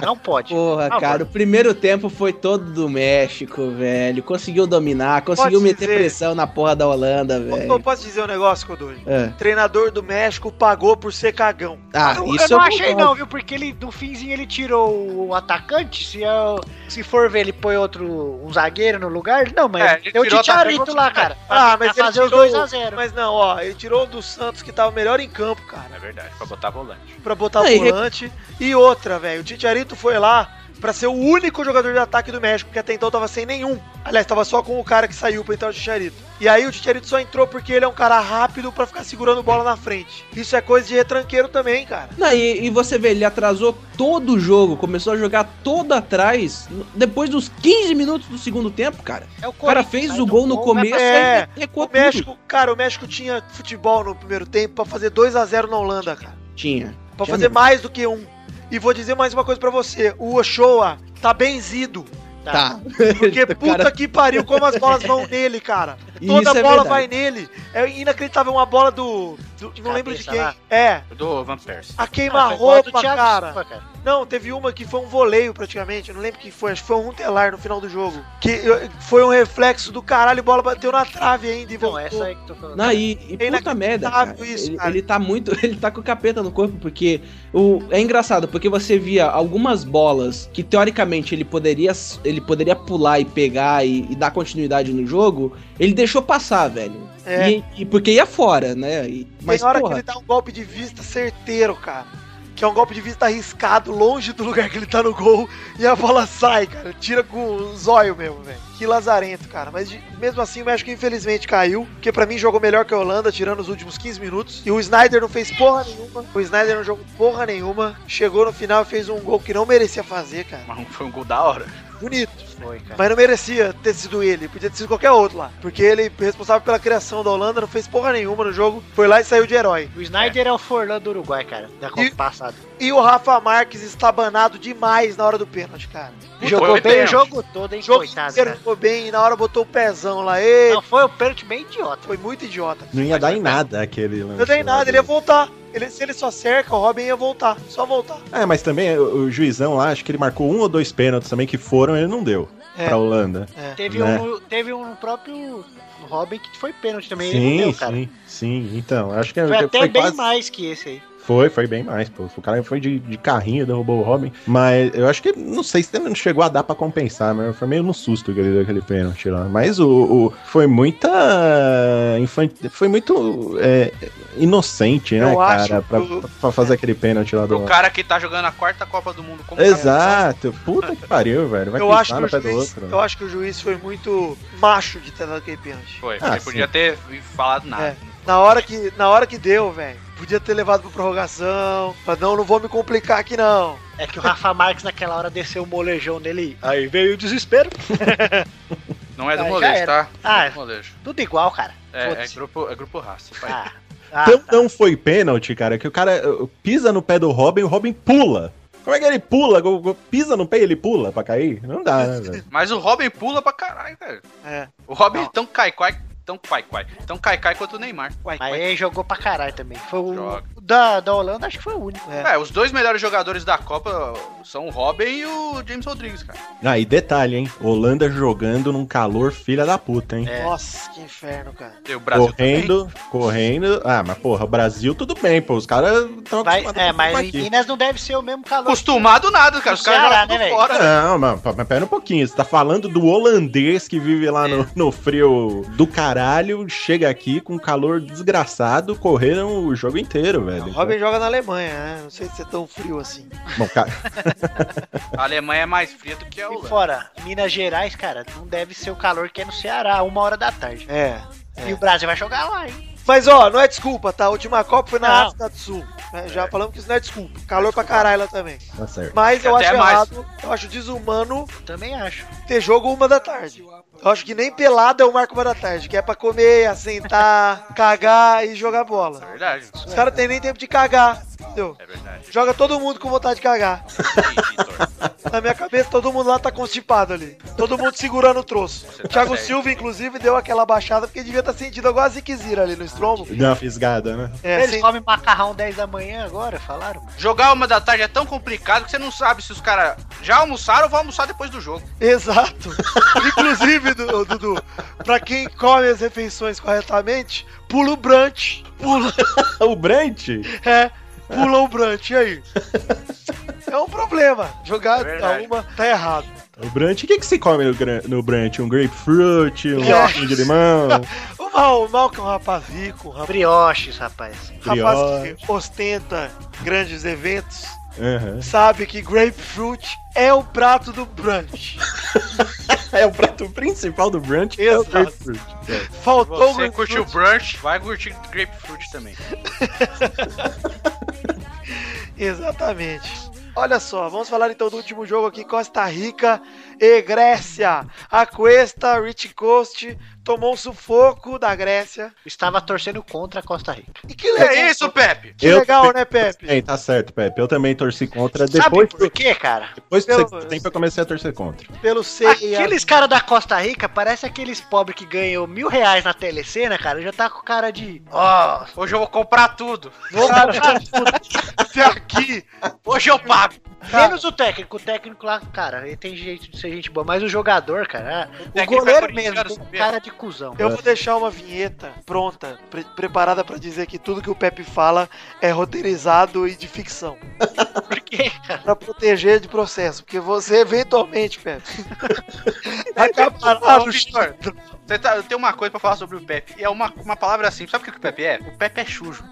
S5: Não pode.
S6: Porra,
S5: Ah,
S6: cara, o primeiro tempo foi todo do México, velho. Conseguiu dominar, conseguiu
S3: Pode
S6: meter
S3: dizer.
S6: pressão na porra da Holanda,
S3: Eu
S6: velho.
S3: posso dizer um negócio, Codori?
S6: É.
S3: O treinador do México pagou por ser cagão.
S6: Ah,
S5: Eu,
S6: isso
S5: eu não achei
S6: concordo.
S5: não, viu? Porque ele, no finzinho ele tirou o atacante, se, eu- se for ver ele põe outro, um zagueiro no lugar, não, mas
S4: É, ele
S5: deu o
S4: tirou o
S5: Titiarito
S4: atacante,
S5: lá, cara.
S3: Ah, mas
S4: Tá
S5: pra
S3: ele
S5: fazer os
S3: tirou-
S5: 2x0.
S3: Mas não, ó, ele tirou o do Santos, que tava melhor em campo, cara,
S4: É verdade, pra botar volante.
S3: pra botar
S6: Aí,
S3: volante. E outra, velho, o Titiarito foi lá pra ser o único jogador de ataque do México, que até então tava sem nenhum. Aliás, tava só com o cara que saiu pra entrar o Titiarito. E aí o Titiarito só entrou porque ele é um cara rápido pra ficar segurando bola na frente. Isso é coisa de retranqueiro também, cara.
S6: Não, e, e você vê, ele atrasou todo o jogo, começou a jogar todo atrás, n- depois dos 15 minutos do segundo tempo, cara.
S5: É
S6: O cara
S5: Corinthians,
S6: fez
S5: sai
S6: o
S5: do
S6: gol no
S5: vai
S6: começo
S3: é,
S6: e recuou
S3: O
S6: tudo.
S3: México, cara, o México tinha futebol no primeiro tempo pra fazer 2 a 0 na Holanda, cara.
S6: Tinha.
S3: Pra
S6: Tinha
S3: fazer
S6: mesmo.
S3: mais do que um. E vou dizer mais uma coisa pra você. O Ochoa tá benzido.
S6: Tá.
S3: Porque
S6: O
S3: puta
S6: cara-
S3: que pariu, como as bolas
S6: (laughs)
S3: vão nele, cara.
S6: E
S3: Toda
S6: isso é
S3: bola
S6: verdade.
S3: vai nele. É inacreditável uma bola do. do- não
S5: Cabeça
S3: lembro de quem.
S5: lá.
S3: É.
S4: Do Van Persie. (laughs)
S3: A
S5: Ah, foi igual do
S3: queima-roupa,
S5: Thiago
S3: cara.
S5: Silva, cara.
S3: Não, teve uma que foi um voleio praticamente. eu Não lembro quem foi. Acho que foi um telar no final do jogo. Que eh, foi um reflexo do caralho. A bola bateu na trave ainda e
S5: Então,
S3: voltou.
S5: essa aí que eu tô falando.
S6: Não, e, e
S3: É
S6: puta merda, cara.
S3: isso,
S6: ele,
S3: cara.
S6: ele tá muito, (laughs) ele tá com o capeta no corpo, porque o, é engraçado, porque você via algumas bolas que teoricamente ele poderia, ele poderia pular e pegar e, e dar continuidade no jogo, ele deixou passar, velho.
S3: É.
S6: E, e porque ia fora, né? E- mas
S3: Tem hora que
S6: porra,
S3: ele dá um golpe de vista certeiro, cara. Que é um golpe de vista arriscado, longe do lugar que ele tá no gol, e a bola sai, cara. Tira com o zóio mesmo, velho. Que lazarento, cara. Mas de- mesmo assim, o México infelizmente caiu, porque pra mim jogou melhor que a Holanda, tirando os últimos 15 minutos. E o Snyder não fez porra nenhuma. O Snyder não jogou porra nenhuma. Chegou no final e fez um gol que não merecia fazer, cara.
S4: Mas foi um gol da hora.
S7: Tá
S3: Bonito.
S5: Foi,
S6: É.
S5: cara.
S3: Mas não merecia ter sido ele, podia ter sido qualquer outro lá. Porque ele, responsável pela criação da Holanda, não fez porra nenhuma no jogo, foi lá e saiu de herói.
S5: O Snyder é o Forlan do Uruguai, cara, da Copa
S3: E-
S5: passada.
S3: E o Rafa Marques está banado demais na hora do pênalti, cara.
S5: Jogou
S4: foi
S5: bem o
S4: pênalti.
S5: jogo todo,
S3: O é
S5: hein,
S3: um jogo
S5: coitado,
S3: inteiro
S5: cara.
S3: jogou bem e na hora botou o pezão lá. E
S5: Não, foi um pênalti bem idiota.
S3: foi muito idiota.
S7: Não ia dar em nada aquele lance.
S3: Não tem
S7: lá
S3: nada,
S7: do-
S3: ele ia voltar. Ele, se ele só cerca, o Robin ia voltar. Só voltar.
S7: É, mas também o, o juizão lá, acho que ele marcou um ou dois pênaltis também que foram ele não deu
S3: É.
S7: pra Holanda.
S5: Teve,
S7: Né?
S5: um, no- teve um no próprio Robin que foi pênalti também. ele
S7: sim,
S5: não deu, cara.
S7: sim, sim. Então, acho que
S5: Foi até
S7: foi
S5: bem
S7: quase-
S5: mais que esse aí.
S7: Foi, foi bem mais, pô. O cara foi de, de carrinho, derrubou o Robin. Mas eu acho que, não sei se não chegou a dar pra compensar, mas foi meio no susto que ele deu aquele pênalti lá. Mas o, o- foi muita. Infantil, foi muito é, inocente, né,
S3: Eu
S7: cara,
S3: acho
S7: pra,
S3: que o-
S7: pra fazer aquele pênalti lá do.
S4: Pro cara que tá jogando a quarta Copa do Mundo como
S7: Exato, puta que pariu, velho. Vai
S3: Eu
S7: pisar
S3: acho, que
S7: no
S3: o
S7: pé do
S3: juiz,
S7: outro. né?
S3: eu acho que o juiz foi muito macho de ter dado aquele pênalti.
S4: Foi,
S7: Ah,
S4: ele podia ter falado
S5: É.
S4: nada.
S3: Na hora que, na hora que deu, velho, podia ter levado pra prorrogação. Pra não, não vou me complicar aqui não.
S5: É que o Rafa Marques naquela hora desceu o molejão nele. Aí veio o desespero.
S4: Não é do
S5: Ah, já
S4: molejo,
S5: era.
S4: tá?
S5: Ah,
S4: Não é do molejo.
S5: Tudo igual, cara.
S4: É, é
S5: Foda-se.
S4: grupo, é grupo raça. pai.
S5: Ah, ah,
S7: Então não foi pênalti, cara, que o cara uh, pisa no pé do Robin, o Robin pula. Como é que ele pula? Go- go- Pisa no pé e ele pula pra cair? Não dá, né, velho?
S4: Mas o Robin pula pra caralho, velho.
S3: É.
S4: O Robin é tão cai-quai, tão cai-quai, tão cai-quai quanto o Neymar.
S5: Mas aí jogou pra caralho também. Foi o,
S4: Joga.
S5: o da, da Holanda, acho que foi o único.
S4: É, os dois melhores jogadores da Copa são o Robin e o James Rodrigues, cara.
S7: Ah, e detalhe, hein? Holanda jogando num calor filha da puta, hein?
S5: É.
S3: Nossa, que inferno, cara.
S4: E o Brasil
S7: correndo, correndo. Ah, mas porra, o Brasil tudo bem, pô. Os caras estão
S5: Vai- é, mas em
S7: aqui.
S5: Minas não deve ser o mesmo calor.
S4: também. Acostumado nada, cara. Os
S5: O
S4: caras
S5: Ceará,
S4: jogam
S5: né,
S4: tudo
S5: velho?
S4: fora.
S7: Não, mas, mas pera um pouquinho. Você tá falando do holandês que vive lá
S5: É.
S7: no, no frio do caralho, chega aqui com um calor desgraçado, correram o jogo inteiro, velho.
S3: O Robin joga na Alemanha, né? Não sei se é tão frio assim.
S7: Bom, ca- (laughs)
S4: A Alemanha é mais fria do que a
S5: E
S4: Holanda.
S5: fora, em Minas Gerais, cara, não deve ser o calor que é no Ceará, uma hora da tarde.
S3: É.
S5: E o Brasil vai jogar lá, hein?
S3: Mas ó, não é desculpa, tá? A última Copa foi na
S5: Não.
S3: África do Sul. né? Já falamos que isso não é desculpa. Calor pra caralho lá também.
S7: tá certo.
S3: Mas eu
S4: Até
S3: acho
S4: mais.
S3: errado, eu acho desumano
S5: Também acho.
S3: ter jogo uma da tarde. Eu acho que nem pelada eu marco uma da tarde, que é pra comer, assentar, cagar e jogar bola.
S4: É Verdade.
S3: Os caras têm nem tempo de cagar, entendeu?
S4: É verdade.
S3: Joga todo mundo com vontade de cagar.
S4: Ih, Vitor.
S3: Na minha cabeça, todo mundo lá tá constipado ali. Todo mundo segurando o troço.
S4: Você
S3: O
S4: tá
S3: Thiago
S4: certo.
S3: Silva, inclusive, deu aquela baixada porque devia estar sentindo igual a Ziquezira ali no estrombo.
S7: Deu uma fisgada, né?
S3: É,
S5: Eles
S3: sem-
S5: comem macarrão 10 da manhã agora, falaram?
S4: Jogar uma da tarde é tão complicado que você não sabe se os caras já almoçaram ou vão almoçar depois do jogo.
S3: Exato. Inclusive, Du- Dudu, pra quem come as refeições corretamente, pula o brunch. Pula,
S7: O Brant?
S3: é, pula o brunch. E aí? É um problema. Jogar
S4: É
S3: a
S4: verdade.
S3: uma tá errado.
S7: O Brant, o que, que se come no, gran- no Brant? Um grapefruit,
S5: (laughs)
S7: um
S3: Brioche.
S7: pouquinho de limão?
S3: O mal, o mal que é um rapaz rico, um rapaz,
S5: Brioches, rapaz.
S3: rapaz que ostenta grandes eventos,
S7: Aham.
S3: sabe que grapefruit é o prato do brunch.
S7: É o prato principal do Brant. É o
S3: Exato.
S7: grapefruit.
S3: Faltou um
S4: Você curtiu o
S3: grapefruit.
S4: brunch, vai curtir grapefruit também.
S3: Exatamente. Olha só, vamos falar então do último jogo aqui, Costa Rica e Grécia. A Cuesta, Rich Coast, tomou um sufoco da Grécia.
S5: Estava torcendo contra a Costa Rica.
S3: E que
S4: Que
S3: legal,
S4: é isso, Pepe?
S3: que
S7: Eu-
S3: legal né, Pepe?
S7: Bem, tá certo, Pepe. Eu também torci contra. Depois,
S5: Sabe por quê, cara?
S7: depois do
S3: eu-
S7: segundo tempo, eu comecei a torcer contra.
S3: Pelo ceia.
S5: Aqueles caras da Costa Rica parecem aqueles pobres que ganhou mil reais na telecena, cara. Já tá com cara de. Ó,
S4: Hoje eu vou comprar tudo.
S3: Assim, Vamos comprar tudo. Se aqui
S4: Hoje eu brabo.
S5: (laughs) Menos o técnico. O técnico lá, cara, ele tem jeito de ser gente boa, mas o jogador, cara, o,
S4: técnico é
S5: goleiro
S4: corintiano,
S5: mesmo tem
S4: sabia?
S5: cara de cuzão.
S3: Eu vou deixar uma vinheta pronta, pre- preparada pra dizer que tudo que o Pepe fala é roteirizado e de ficção.
S5: Por quê?
S3: Pra proteger de processo, porque você eventualmente, Pepe, (laughs)
S4: um
S3: acabará no
S4: Vitor, Você tá, eu tenho uma coisa pra falar sobre o Pepe. E é uma, uma palavra simples. Sabe o que que o Pepe é? O Pepe é chujo.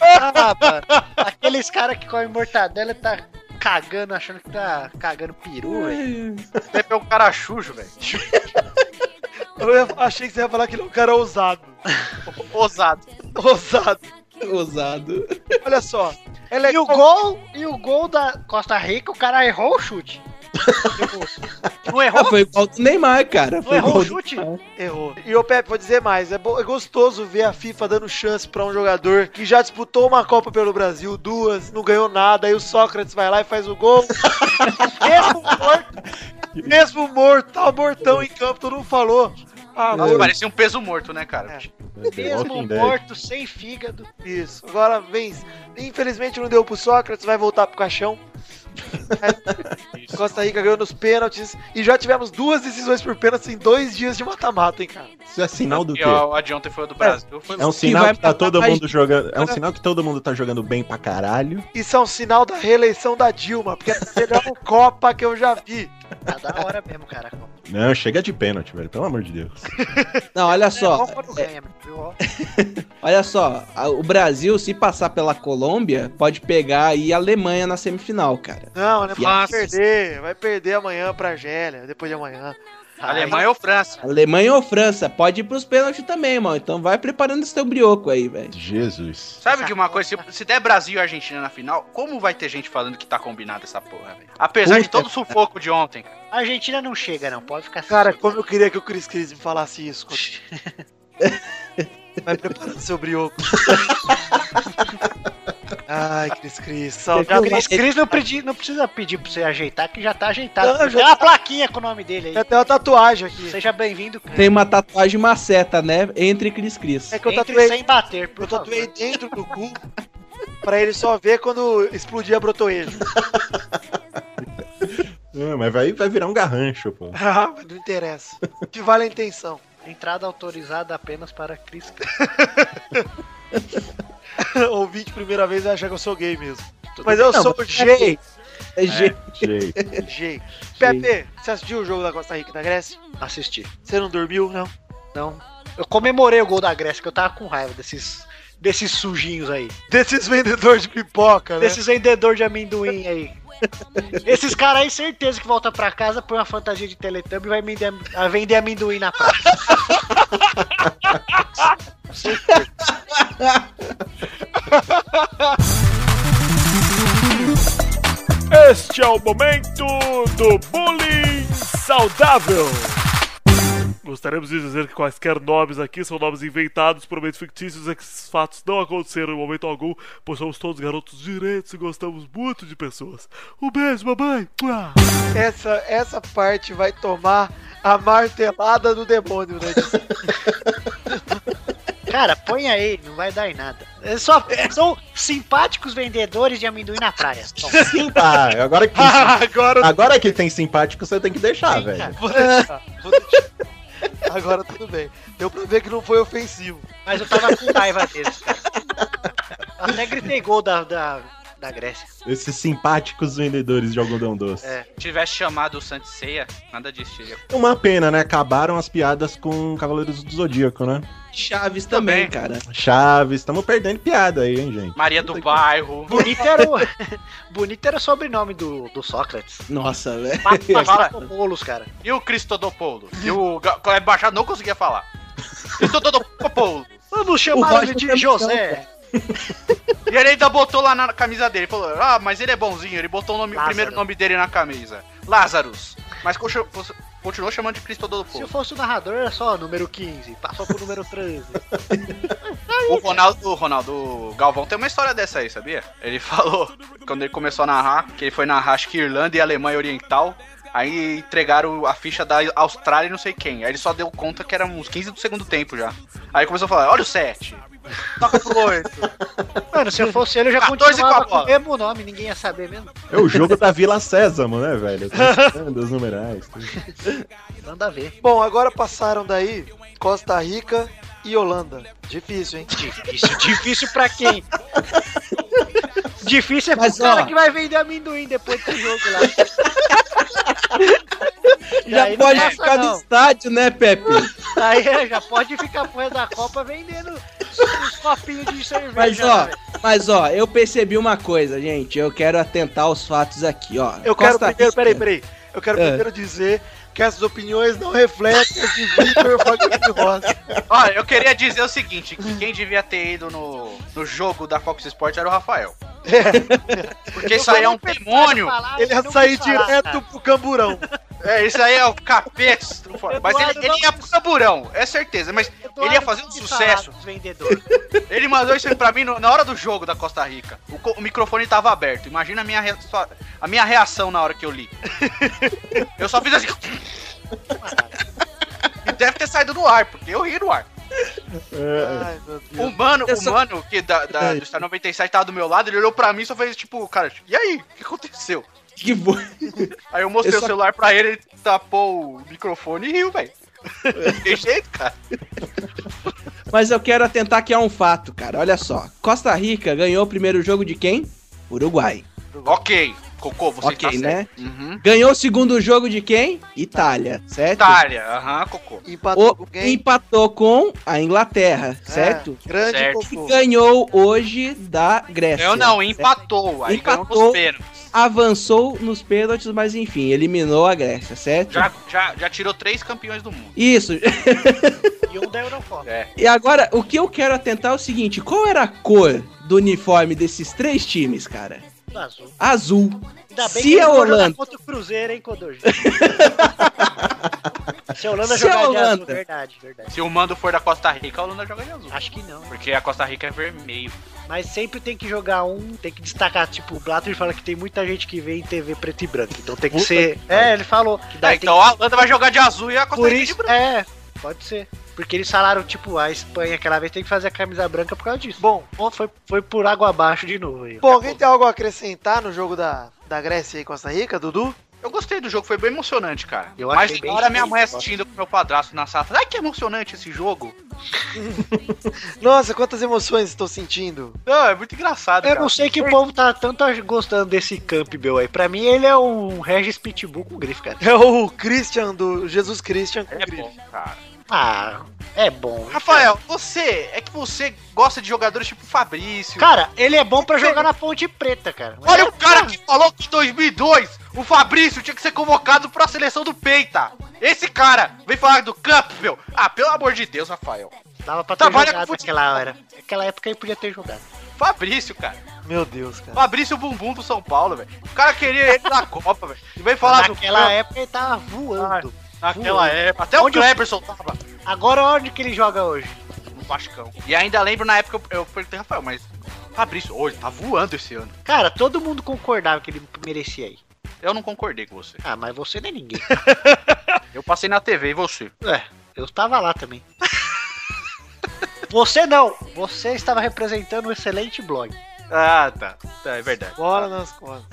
S5: Ah, mano. Aqueles caras que comem mortadela tá cagando, achando que tá cagando peru, velho.
S4: O Pepe é um cara chujo, velho.
S3: Eu ia- achei que você ia falar que ele é um cara
S5: (laughs)
S3: ousado.
S4: Ousado.
S3: Ousado. (laughs)
S6: Ousado. (laughs)
S3: Olha só. Ela é
S5: E o gol, e o gol da Costa Rica, o cara errou o chute.
S4: Não errou?
S6: Ah, foi igual do Neymar, cara.
S5: Não
S3: É
S6: Foi
S5: errou
S6: igual
S5: o
S6: do
S5: chute?
S6: Neymar.
S3: Errou. E o Pepe, vou dizer mais. É, bo- é gostoso ver a FIFA dando chance pra um jogador que já disputou uma Copa pelo Brasil, duas, não ganhou nada. Aí o Sócrates vai lá e faz o
S5: (laughs)
S3: gol. mesmo morto, mesmo morto, tá o mortão em campo, todo mundo falou.
S7: É.
S3: Ah,
S4: Nossa,
S3: gol.
S4: parecia um peso morto, né, cara?
S5: Mesmo
S7: Walking Dead.
S5: morto, sem fígado.
S3: Isso. Agora vem. Infelizmente não deu pro Sócrates, vai voltar pro caixão. Costa Rica ganhou nos pênaltis e já tivemos duas decisões por pênaltis em dois dias de mata-mata, hein, cara.
S7: Isso é sinal do
S4: E
S7: quê?
S4: ó, a de ontem foi a do Brasil. Foi
S7: É um
S6: vai
S7: sinal que tá
S6: matar
S7: todo
S6: mais
S7: mundo jogando. É um
S3: Cara.
S7: sinal que todo mundo tá jogando bem pra caralho.
S3: Isso é um sinal da reeleição da Dilma, porque é a melhor Copa que eu já vi.
S5: Tá da hora mesmo, cara.
S7: Não, Né? chega de pênalti, velho. Pelo amor de Deus.
S6: Não,
S3: É
S6: olha só.
S5: Só quando ganha, viu? Ó.
S6: Olha só. a- O Brasil, se passar pela Colômbia, pode pegar aí a Alemanha na semifinal, cara.
S3: Não, né? Vai
S6: Nossa.
S3: perder. Vai perder amanhã pra Argélia, depois de amanhã.
S4: Alemanha ou França?
S6: Alemanha ou França? Pode ir pros pênaltis também, mano. Então vai preparando esse teu brioco aí, velho.
S7: Jesus.
S4: Sabe de uma coisa? Se, se der Brasil e Argentina na final, como vai ter gente falando que tá combinada essa porra, velho? Apesar de
S7: Puta
S4: todo o sufoco de ontem, cara.
S5: A Argentina não chega, não. Pode ficar assim.
S3: Cara,
S5: sem-
S3: como eu queria que o Cris Cris me falasse isso. quando- Vai preparando seu brioco. Ai, Cris Cris,
S5: Já o
S3: saudade.
S5: Cris Cris não, pedi- não precisa pedir pra você ajeitar, que já tá ajeitado.
S3: Não, já
S5: Tem uma plaquinha com o nome dele
S3: Tem
S5: aí.
S3: até uma tatuagem aqui.
S5: Seja bem-vindo. cara.
S6: Tem uma tatuagem maceta, né? Entre Cris Cris.
S3: É que eu
S5: Entre
S3: tatuei,
S5: sem bater, por
S3: eu
S5: favor.
S3: tatuei dentro do cu pra ele só ver quando explodir
S1: (laughs)
S3: a brotoeja.
S7: É, mas vai, vai virar um garrancho, pô.
S3: Ah, mas não interessa. O Que vale a
S1: (laughs)
S3: intenção.
S5: Entrada autorizada apenas para Cris.
S3: Ouvinte primeira vez vai achar que eu sou gay mesmo. Mas eu sou gay.
S6: É, gente.
S7: Jeito.
S3: Gay. Pepe, você assistiu o jogo da Costa Rica e da Grécia?
S5: Assistir.
S3: Você não dormiu, não?
S5: Não. Eu comemorei o gol da Grécia, que eu tava com raiva desses, desses sujinhos aí.
S3: Tá Desses vendedores de pipoca, né?
S5: Desses vendedores de amendoim aí. Esses caras aí, certeza que volta pra casa, põe uma fantasia de Teletubbie e vai vender, a vender amendoim
S3: (laughs)
S5: na praia.
S1: Este é o momento do bullying saudável. Gostaríamos de dizer que quaisquer nomes aqui são nomes inventados, provavelmente fictícios, é esses fatos não aconteceram em momento algum, pois somos todos garotos direitos e gostamos muito de pessoas. Um beijo, mamãe! Mua!
S3: Essa, essa parte vai tomar a martelada do demônio, né? (laughs)
S5: Cara, põe aí, não vai dar em nada. É só, são simpáticos vendedores de amendoim na praia. Bom,
S7: Sim, tá. Agora que,
S3: Agora
S7: agora que tem simpático, você tem que deixar,
S5: Sim, cara.
S7: velho.
S3: vou deixar. Vou deixar. Agora tudo bem. Deu pra ver que não foi ofensivo.
S5: mas eu tava com raiva deles. cara. Até gritei gol da, da, da Grécia.
S7: Esses simpáticos vendedores de algodão doce.
S5: É.
S4: Se tivesse chamado o Santos Ceia, nada disso teria.
S7: Uma pena, né? Acabaram as piadas com Cavaleiros do Zodíaco, né?
S6: Chaves também, cara.
S7: Chaves, estamos perdendo piada aí, hein, gente?
S4: Maria do Bairro.
S5: Bonito era o, (laughs) bonito era o sobrenome do, do Sócrates.
S6: Nossa, velho. (laughs)
S5: Bolos, cara.
S4: E o Cristodopoulo? E o Ga- Kleber Machado não conseguia falar. Cristodopoulo.
S5: Vamos
S6: O
S5: chamar ele
S6: Rocha
S5: de
S6: também
S5: José.
S4: E ele ainda botou lá na camisa dele. Falou, ah, mas ele é bonzinho. Ele botou o, nome- o
S5: Lázaro.
S4: primeiro nome dele na camisa. Lazarus. Mas co- cho- continuou chamando de
S5: Se eu
S4: Cristodopoulo.
S5: fosse o narrador, era só número 15. Passou pro número 13.
S4: O Ronaldo, o Ronaldo o Galvão tem uma história dessa aí, sabia? Ele (laughs) falou, quando ele começou a narrar, que ele foi narrar, acho que Irlanda e Alemanha Oriental. Aí entregaram a ficha da Austrália e não sei quem. Aí ele só deu conta que era uns 15 do segundo tempo já. Aí começou a falar, olha o 7, Toca pro oito.
S5: Mano, se eu fosse ele, eu já
S4: 14 com a
S5: continuava com o
S4: bola.
S5: mesmo nome, ninguém ia saber mesmo.
S7: É o jogo da Vila Sésamo, né, velho? Os numerais. tudo.
S5: Nada a ver.
S3: Bom, agora passaram daí Costa Rica e Holanda. Difícil, hein?
S5: Difícil, difícil pra quem? (laughs) difícil é pro
S6: Mas,
S5: cara
S6: ó.
S5: que vai vender amendoim depois do jogo lá.
S6: Já
S5: Aí não
S6: pode
S5: passa,
S6: ficar
S5: não.
S6: no estádio, né, Pepe?
S5: Aí é, já pode ficar pro resto da Copa vendendo os- os copinhos de cerveja.
S6: Mas ó,
S5: né?
S6: mas ó, eu percebi uma coisa, gente. Eu quero atentar aos fatos aqui, ó.
S3: Eu quero
S6: Costa
S3: primeiro,
S6: Rica.
S3: peraí, peraí. Eu quero
S6: É.
S3: primeiro dizer que essas opiniões não refletem as de Victor Fagner
S5: (laughs)
S3: Rosa.
S4: Olha, eu queria dizer o seguinte: que quem devia ter ido no, no jogo da Fox Sports era o Rafael. Porque isso aí é um demônio.
S5: Falar,
S3: Ele ia
S5: não
S3: sair
S5: quis falar,
S3: direto
S5: cara.
S3: pro camburão.
S4: É, isso aí é o capeta. do Fo- Mas
S5: Eduardo
S4: ele, ele ia
S5: não-
S4: pro camburão, é certeza. Mas
S5: Eduardo
S4: ele ia fazer um
S5: não quis
S4: sucesso.
S5: falar dos vendedores.
S4: Ele mandou isso aí pra mim no- na hora do jogo da Costa Rica. O, co- o microfone tava aberto. Imagina a minha, rea- sua- a minha reação na hora que eu
S3: (laughs)
S4: li. eu só fiz assim. e deve ter saído no ar, porque eu ri no ar.
S6: É.
S3: Ai, meu
S4: O
S3: Deus.
S4: mano,
S6: Eu
S4: o
S6: só-
S4: mano que da, da,
S6: É.
S4: do Star 97 tava do meu lado, ele olhou pra mim e só fez tipo, cara, e aí? O que aconteceu?
S6: Que bo-
S4: Aí eu mostrei
S6: Eu só-
S4: o celular pra ele, ele tapou o microfone e riu,
S6: (laughs)
S4: velho. Não Tem jeito, cara.
S6: (laughs) Mas eu quero atentar aqui a um fato, cara. Olha só. Costa Rica ganhou o primeiro jogo de quem? Uruguai.
S4: Ok, Cocô, você
S6: ok,
S4: tá certo.
S6: né?
S4: Uhum.
S6: Ganhou o segundo jogo de quem? Itália, certo?
S4: Itália, aham, Cocô.
S3: Empatou
S6: O,
S3: com quem?
S6: empatou com a Inglaterra,
S3: É,
S6: certo?
S3: grande
S4: Certo.
S6: Que
S3: cocô.
S6: ganhou hoje da Grécia.
S4: Eu não,
S6: certo?
S4: né? empatou. Aí ganhou
S6: Empatou.
S4: nos pênaltis.
S6: Avançou nos pênaltis, mas enfim, eliminou a Grécia, certo?
S4: Já, já, já tirou três campeões do mundo.
S6: Isso. (laughs)
S5: E um da Eurocopa.
S4: É.
S6: E agora, o que eu quero atentar é o seguinte: qual era a cor do uniforme desses três times, cara?
S5: do Azul.
S6: Azul.
S5: Ainda bem
S6: Se
S3: é
S5: que ele
S6: a
S5: não joga
S6: Holanda-
S5: contra o Cruzeiro,
S3: (laughs)
S5: hein, é Kodoji? Se a Holanda
S6: Se
S3: é
S5: jogar
S6: a
S5: de azul,
S6: Holanda-
S5: verdade, verdade.
S4: Se o mando for da Costa Rica, a Holanda joga de azul.
S5: Acho que não.
S4: Porque a Costa Rica é vermelho.
S5: Mas sempre tem que jogar um, tem que destacar. Tipo, o Blatter fala que tem muita gente que vê em TV preto e branco. Então tem que
S7: Puta
S5: ser. É, ele falou. Que
S4: Ah,
S5: daí tem
S4: então a Holanda vai jogar de azul e a
S5: que...
S4: Costa
S5: Por
S4: Rica de
S5: isso.
S4: branco.
S5: É, pode ser. Porque eles falaram, tipo, a Espanha aquela vez tem que fazer a camisa branca por causa disso. Bom, bom, foi, foi por água abaixo de novo aí.
S3: Bom, alguém tem algo a acrescentar no jogo da, da Grécia e Costa Rica, Dudu?
S4: Eu gostei do jogo, foi bem emocionante, cara.
S5: Eu
S4: Mas
S5: achei bem
S4: agora minha
S5: difícil,
S4: mãe
S5: gosto.
S4: assistindo com meu padrasto na sala. Ai, que emocionante esse jogo.
S3: Nossa, quantas emoções estou sentindo.
S4: Não, é muito engraçado,
S5: Eu
S4: cara.
S5: não sei que o povo tá tanto gostando desse Campbell aí. Pra mim, ele é um Regis Pitbull com grife, cara.
S3: É o Christian do Jesus Christian. com
S4: É
S3: grife.
S4: bom, cara.
S5: Ah, é bom.
S4: Rafael, você, é que você gosta de jogadores tipo Fabrício.
S5: Cara, ele é bom pra jogar na Ponte Preta, cara. Mas
S4: Olha o cara que falou que em 2002 o Fabrício tinha que ser convocado pra seleção do Peita. Esse cara vem falar do Campbell. Ah, pelo amor de Deus, Rafael.
S5: Dava pra ter
S4: Trabalha
S5: jogado
S4: com futebol.
S5: naquela hora. Naquela época ele podia ter jogado.
S4: Fabrício, cara.
S3: Meu Deus, cara.
S4: Fabrício Bumbum do São Paulo, velho. O cara queria ele na Copa, velho. E vem falar
S5: naquela
S4: do
S5: época ele tava voando.
S4: Campbell naquela época. Até
S5: Onde
S4: o
S5: eu-
S4: Cleberson tava
S5: Agora onde que ele joga hoje?
S4: no Vascão. E ainda lembro na época eu, eu perguntei, Rafael, mas Fabrício, hoje tá voando esse ano.
S5: Cara, todo mundo concordava que ele merecia aí.
S4: Eu não concordei com você.
S5: Ah, mas você nem ninguém. (laughs)
S4: Eu passei na TV e você.
S5: Ué, eu tava lá também. (laughs) Você não! Você estava representando um excelente blog.
S4: Ah, tá. Tá, é verdade.
S3: Bora nas costas.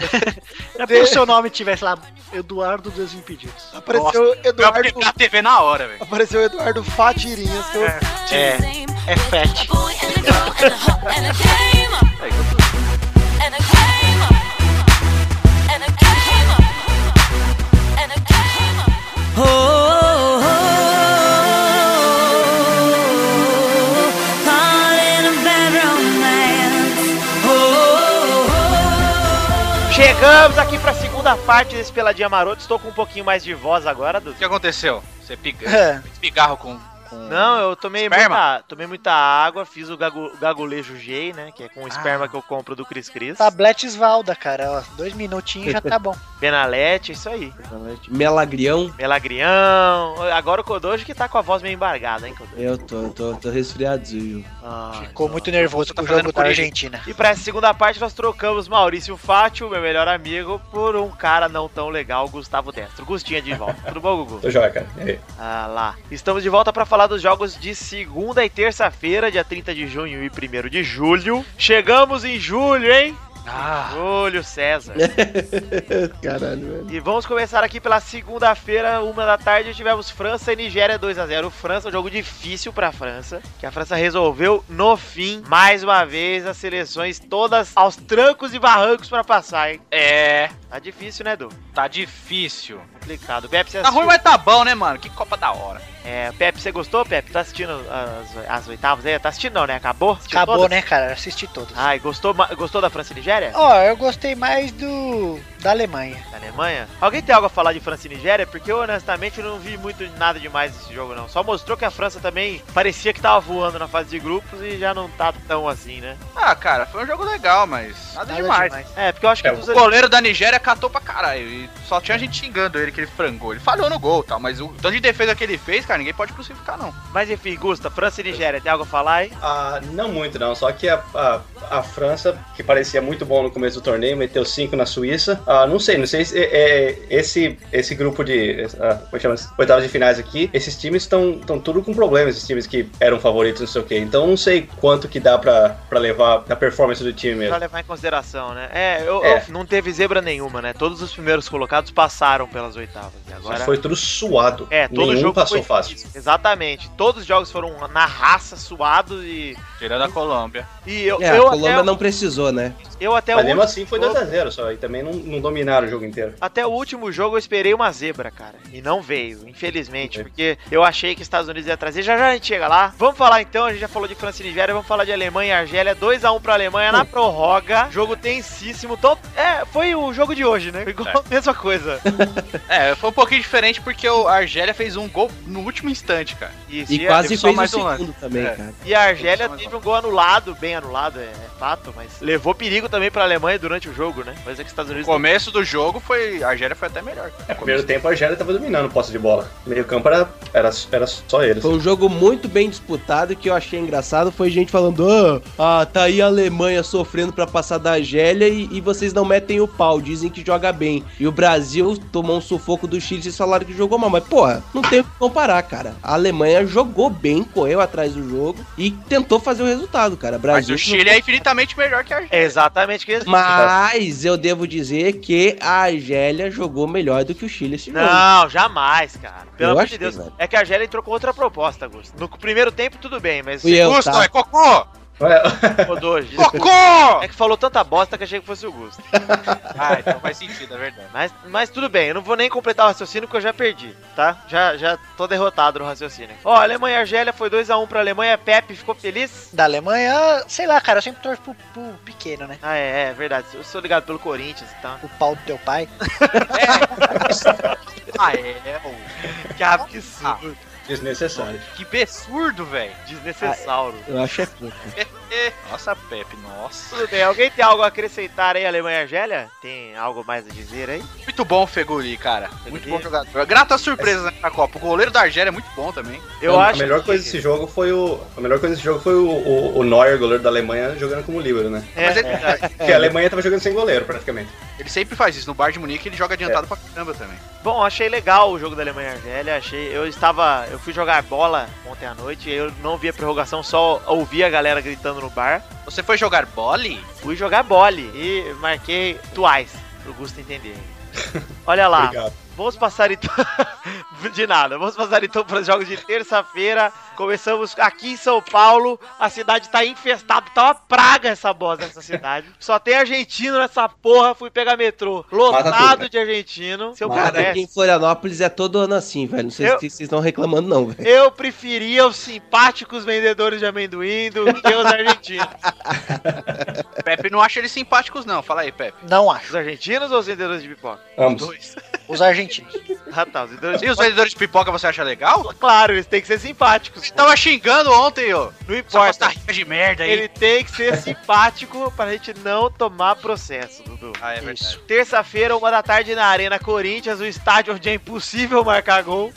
S5: Era porque o seu nome tivesse lá, Eduardo dos Impedidos.
S3: Apareceu
S4: Eu
S3: Eduardo.
S4: apliquei na TV na hora, velho.
S3: Apareceu Eduardo Fatirinhas. que eu-
S5: É, é fat.
S9: Chegamos aqui pra
S5: (laughs)
S9: segunda parte desse Peladinha Maroto. Estou com um pouquinho mais de voz agora,
S4: O
S9: Dudu.
S4: que aconteceu? Você pica.
S3: É.
S4: Pigarro com. com...
S9: Não, eu tomei
S4: Esperma?
S9: muita, tomei muita água, fiz o gago, gagulejo G, né? Que é com o esperma que eu compro do Cris Cris.
S5: Tabletes Valda, cara. Ó, dois minutinhos já tá (laughs) bom.
S9: Benalete, isso aí.
S6: Melagrião.
S9: Melagrião. Agora o Kodoji que tá com a voz meio embargada, hein, Kodoji?
S6: Eu tô, tô, tô resfriadinho.
S9: Ah,
S5: Ficou
S9: então.
S5: muito nervoso com o
S4: fazendo
S5: jogo da
S4: por ele.
S5: Argentina.
S9: E pra essa segunda parte nós trocamos Maurício Fátio, meu melhor amigo, por um cara não tão
S10: (laughs)
S9: legal, Gustavo Destro. Gustinha de volta. Tudo bom, Gugu?
S10: Tô joia, cara. E aí?
S9: Ah lá. Estamos de volta pra falar
S3: falar dos jogos de segunda e terça-feira, dia 30 de junho e 1 de julho. Chegamos em julho, hein?
S4: Ah,
S3: Julho, César.
S6: Caralho, velho.
S3: E vamos começar aqui pela segunda-feira, uma da tarde, tivemos França e Nigéria 2 a 0 França, um jogo difícil pra França, que a França resolveu no fim, mais uma vez, as seleções todas aos trancos e barrancos pra passar, hein?
S4: é.
S3: Tá difícil, né, Du?
S4: Tá difícil.
S3: Complicado. Pepe, você
S4: Tá ruim,
S3: assistiu?
S4: mas tá bom, né, mano? Que Copa da hora.
S3: É, Pepe, você gostou, Pepe? Tá assistindo as, as oitavas aí? Tá assistindo não, né? Acabou? Assistiu
S5: Acabou,
S3: todas?
S5: né, cara? Assisti todos.
S3: Ai, gostou, ma- gostou da França e Nigéria?
S5: Ó, eu gostei mais do. da Alemanha.
S3: Da Alemanha? Alguém tem algo a falar de França e Nigéria? Porque eu honestamente não vi muito nada demais desse jogo, não. Só mostrou que a França também parecia que tava voando na fase de grupos e já não tá tão assim, né?
S4: Ah, cara, foi um jogo legal, mas nada, demais.
S3: É, porque eu acho que dos
S4: O goleiro da Nigéria catou pra caralho. E só tinha gente xingando ele que ele frangou. Ele falhou no gol e tal, mas o tanto de defesa que ele fez, cara, ninguém pode crucificar, não.
S3: Mas enfim, Gusta, França e Nigéria, tem algo a falar, hein?
S7: Ah, não muito não, só que a, a, a França, que parecia muito bom no começo do torneio, meteu 5 na Suíça. Ah, não sei, não sei se é, é, esse, esse grupo de ah, como chama, oitavas de finais aqui, esses times estão estão tudo com problemas, esses times que eram favoritos, não sei o quê. Então não sei quanto que dá pra, pra levar a performance do time
S3: Pra
S7: mesmo.
S3: levar em consideração, né? É, eu,
S7: É.
S3: eu- não teve zebra nenhuma, né? Todos os primeiros colocados passaram pelas oitavas. E
S7: Só
S3: agora.
S7: Foi tudo suado.
S3: É, todo
S7: Nenhum
S3: jogo
S7: passou
S3: foi
S7: fácil.
S3: difícil. Exatamente. Todos os jogos foram na raça, suados e.
S4: Tirando a Colômbia.
S3: E eu,
S6: É,
S3: eu
S6: a Colômbia
S3: até,
S6: não precisou, né?
S3: eu até
S7: Mas
S3: o
S7: mesmo
S3: último
S7: assim foi
S3: jogo-
S7: 2x0 só, e também não, não dominaram o jogo inteiro.
S3: Até o último jogo eu esperei uma zebra, cara. E não veio, infelizmente, porque eu achei que Estados Unidos ia trazer. Já já a gente chega lá. Vamos falar então, a gente já falou de França e Nigéria, vamos falar de Alemanha e Argélia. 2x1 pra Alemanha na prorroga. Jogo tensíssimo. Então, é, foi o jogo de hoje, né? Igual a mesma coisa.
S4: É, foi um pouquinho diferente porque o a Argélia fez um gol no último instante, cara.
S3: Isso,
S6: E
S3: a-
S6: quase
S4: só
S6: fez o
S4: mais um lance.
S6: segundo também,
S4: É.
S6: cara.
S3: E a Argélia
S4: Só mais
S3: teve um gol anulado, bem anulado, é, é fato, mas levou perigo também pra Alemanha durante o jogo, né? Mas é que os Estados
S4: O
S3: Unidos.
S4: começo do jogo foi. A Argélia foi até melhor. Cara.
S7: No primeiro tempo a Argélia tava dominando o posse de bola. Meio campo era, era, era só eles.
S6: Foi um jogo muito bem disputado e que eu achei engraçado foi gente falando: "Ah, ah, tá aí a Alemanha sofrendo pra passar da Argélia e, e vocês não metem o pau, dizem que joga bem". E o Brasil tomou um sufoco do Chile e falaram que jogou mal, mas porra, não tem o que comparar, cara. A Alemanha jogou bem, correu atrás do jogo e tentou fazer o resultado, cara.
S4: Mas
S6: Brasil
S4: o Chile é infinitamente melhor que a Argélia.
S3: É exatamente que eles.
S6: Mas eu devo dizer que a Argélia jogou melhor do que o Chile esse jogo.
S4: Ah,
S3: Não, jamais, cara. Pelo
S6: é Eu
S3: amor de
S6: achei,
S3: Deus.
S6: velho.
S3: É que a Argélia entrou com outra proposta, Gusto. No primeiro tempo, tudo bem, mas
S6: Fui
S3: você
S6: eu,
S4: Gusto,
S6: tá?
S4: é cocô!
S3: rodou hoje.
S6: (laughs)
S4: Cocô!
S3: (laughs) É que falou tanta bosta que achei que fosse o Gusto.
S4: ah, então faz sentido, é verdade.
S3: Mas, mas tudo bem, eu não vou nem completar o raciocínio porque eu já perdi, tá? Já, já tô derrotado no raciocínio. Ó, Alemanha e Argélia foi 2x1 pra Alemanha. Pepe ficou feliz?
S5: Da Alemanha, sei lá, cara, eu sempre torço pro, pro pequeno, né?
S3: Ah, é, é verdade. Eu sou ligado pelo Corinthians, então.
S5: O pau do teu pai.
S4: Ah, é, ô,
S3: Que absurdo.
S7: Desnecessário.
S4: que absurdo, velho.
S3: Desnecessauro.
S6: Eu acho é pouco.
S4: É, Nossa, Pepe, nossa.
S3: Tudo bem, alguém tem algo a acrescentar aí, Alemanha e Argélia? Tem algo mais a dizer aí?
S4: Muito bom o Feguli, cara. Muito bom
S3: Feguli.
S4: jogador. Grata surpresa na Copa. O goleiro da Argélia é muito bom também.
S3: Eu
S7: a
S3: acho
S7: melhor coisa desse jogo foi o a melhor coisa desse jogo foi o, o, o Neuer, goleiro da Alemanha, jogando como líbero,
S3: (laughs)
S7: né?
S3: É,
S4: Mas ele- é,
S3: verdade.
S7: Porque a Alemanha tava jogando sem goleiro, praticamente.
S4: Ele sempre faz isso. No Bar de Munique ele joga adiantado pra caramba também.
S3: Bom, achei legal o jogo da Alemanha e Argélia. Achei, eu estava, eu fui jogar bola ontem à noite e eu não vi a prorrogação, só ouvi a galera gritando no bar.
S4: Você foi jogar vôlei?
S3: Fui jogar bola e marquei twice, pro Gusto
S7: (laughs)
S3: entender. Olha lá,
S7: Obrigado.
S3: vamos passar então (laughs) de nada. Vamos passar então para os jogos de terça-feira. Começamos aqui em São Paulo. A cidade tá infestada, tá uma praga essa bosta nessa
S7: (laughs)
S3: cidade. Só tem argentino nessa porra. Fui pegar metrô,
S7: Mata tudo, né?
S3: lotado de argentino. Se eu
S6: Cara,
S3: pudesse.
S6: aqui em Florianóplis é todo ano assim, velho. Não sei
S3: Eu-
S6: se vocês estão reclamando, não, velho.
S3: Eu preferia os simpáticos vendedores de amendoim do que os argentinos.
S4: Pepe não acha eles simpáticos, não. Fala aí, Pepe.
S5: Não acho.
S3: (laughs) Os argentinos ou os vendedores de pipoca?
S7: Ambos.
S5: Os (laughs) argentinos.
S3: Ah, tá. Os vendedores de
S4: E os vendedores de pipoca você acha legal?
S3: pipoca, claro, eles têm que ser simpáticos.
S4: Você tava xingando ontem, ó.
S3: Não
S4: Essa
S3: importa.
S4: Costa Rica de merda aí.
S3: Ele tem que ser simpático pra gente não tomar processo, Dudu.
S4: Ah, é verdade.
S5: Isso.
S3: Terça-feira, uma da tarde, na Arena Corinthians, o estádio onde é impossível marcar
S6: (laughs)
S3: gol.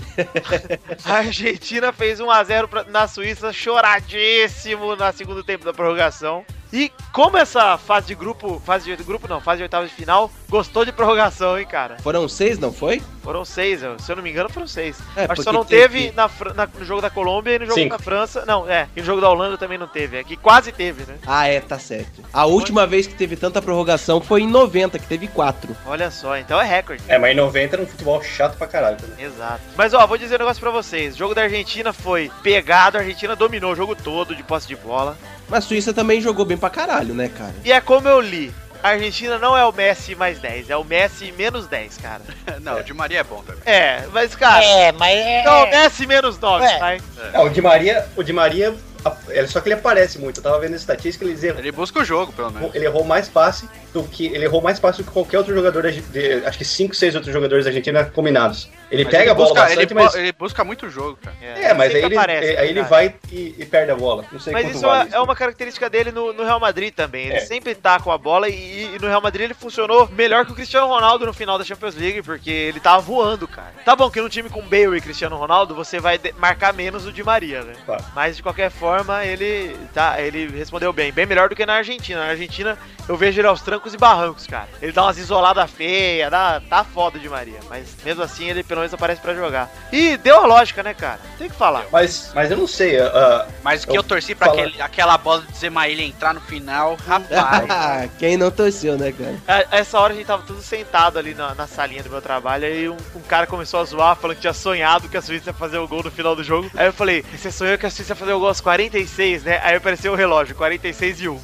S3: A um Argentina fez 1x0 pra- na Suíça, choradíssimo no segundo tempo da prorrogação. E como essa fase de grupo, fase de grupo não, fase de oitava de final, gostou de prorrogação, hein, cara?
S6: Foram seis, não foi?
S3: Foram seis, eu- se eu não me engano, foram seis.
S6: É,
S3: Acho que
S6: porque
S3: só não
S6: teve-
S3: teve na Fran- na- no jogo da Colômbia e no jogo
S7: Cinco.
S3: da França. Não, é, e no jogo da Holanda também não teve. É que quase teve, né?
S6: Ah, é, tá certo. A última vez que teve tanta prorrogação foi em 90, que teve quatro.
S3: Olha só, então é recorde.
S7: É, mas em 90 era um futebol chato pra caralho também.
S3: Exato. Mas ó, vou dizer um negócio pra vocês. O jogo da Argentina foi pegado, a Argentina dominou o jogo todo de posse de bola.
S6: Mas a Suíça também jogou bem pra caralho, né, cara?
S3: E é como eu li. A Argentina não é o Messi mais 10, é o Messi menos 10, cara.
S4: Não, o Di Maria é bom também.
S3: É, mas cara,
S5: É, mas é.
S3: não, o Messi menos 9,
S5: É.
S3: vai.
S7: Ah, o Di Maria, o Di Maria, a- é só que ele aparece muito. Eu tava vendo a estatística, eles erram.
S4: Ele busca o jogo, pelo menos.
S7: Ele errou mais passe do que. Ele errou mais passe do que qualquer outro jogador da, de, Acho que 5, 6 outros jogadores da Argentina combinados. Ele
S4: Mas
S7: pega
S4: ele
S7: a bola
S4: busca,
S7: bastante,
S4: ele,
S7: mas.
S4: bu- ele busca muito o jogo, cara.
S7: É, mas aí
S3: sempre
S7: ele,
S3: aparece, né,
S7: é- aí ele
S3: cara.
S7: vai e, e perde a bola. Não sei
S3: Mas
S7: quanto
S3: isso
S7: vale
S3: é, é uma característica dele no, no Real Madrid também. Ele
S7: É.
S3: sempre tá com a bola e, e no Real Madrid ele funcionou melhor que o Cristiano Ronaldo no final da Champions League, porque ele tava voando, cara. Tá bom que num time com Bale e Cristiano Ronaldo você vai de- marcar menos o Di Maria, né?
S7: Claro.
S3: Mas de qualquer forma ele tá, ele respondeu bem, bem melhor do que na Argentina. Na Argentina eu vejo ele aos trancos e barrancos, cara. Ele dá umas isoladas feias, dá, tá foda o Di Maria, mas mesmo assim ele pelo menos aparece pra jogar. E deu a lógica, né, cara? Tem que falar.
S7: Mas, mas eu não sei. ah,
S4: Mas que eu torci pra
S7: Fala.
S4: aquele- aquela bola do Zemaília entrar no
S7: (laughs)
S4: final, rapaz.
S6: (laughs) Quem não torceu, né, cara?
S3: A É, essa hora a gente tava tudo sentado ali na, na salinha do meu trabalho, aí um, um cara começou a zoar, falando que tinha sonhado que a Suíça ia fazer o gol no final do jogo. Aí eu falei, você sonhou que a Suíça ia fazer o gol aos 46, né? Aí apareceu o relógio, 46 e 1.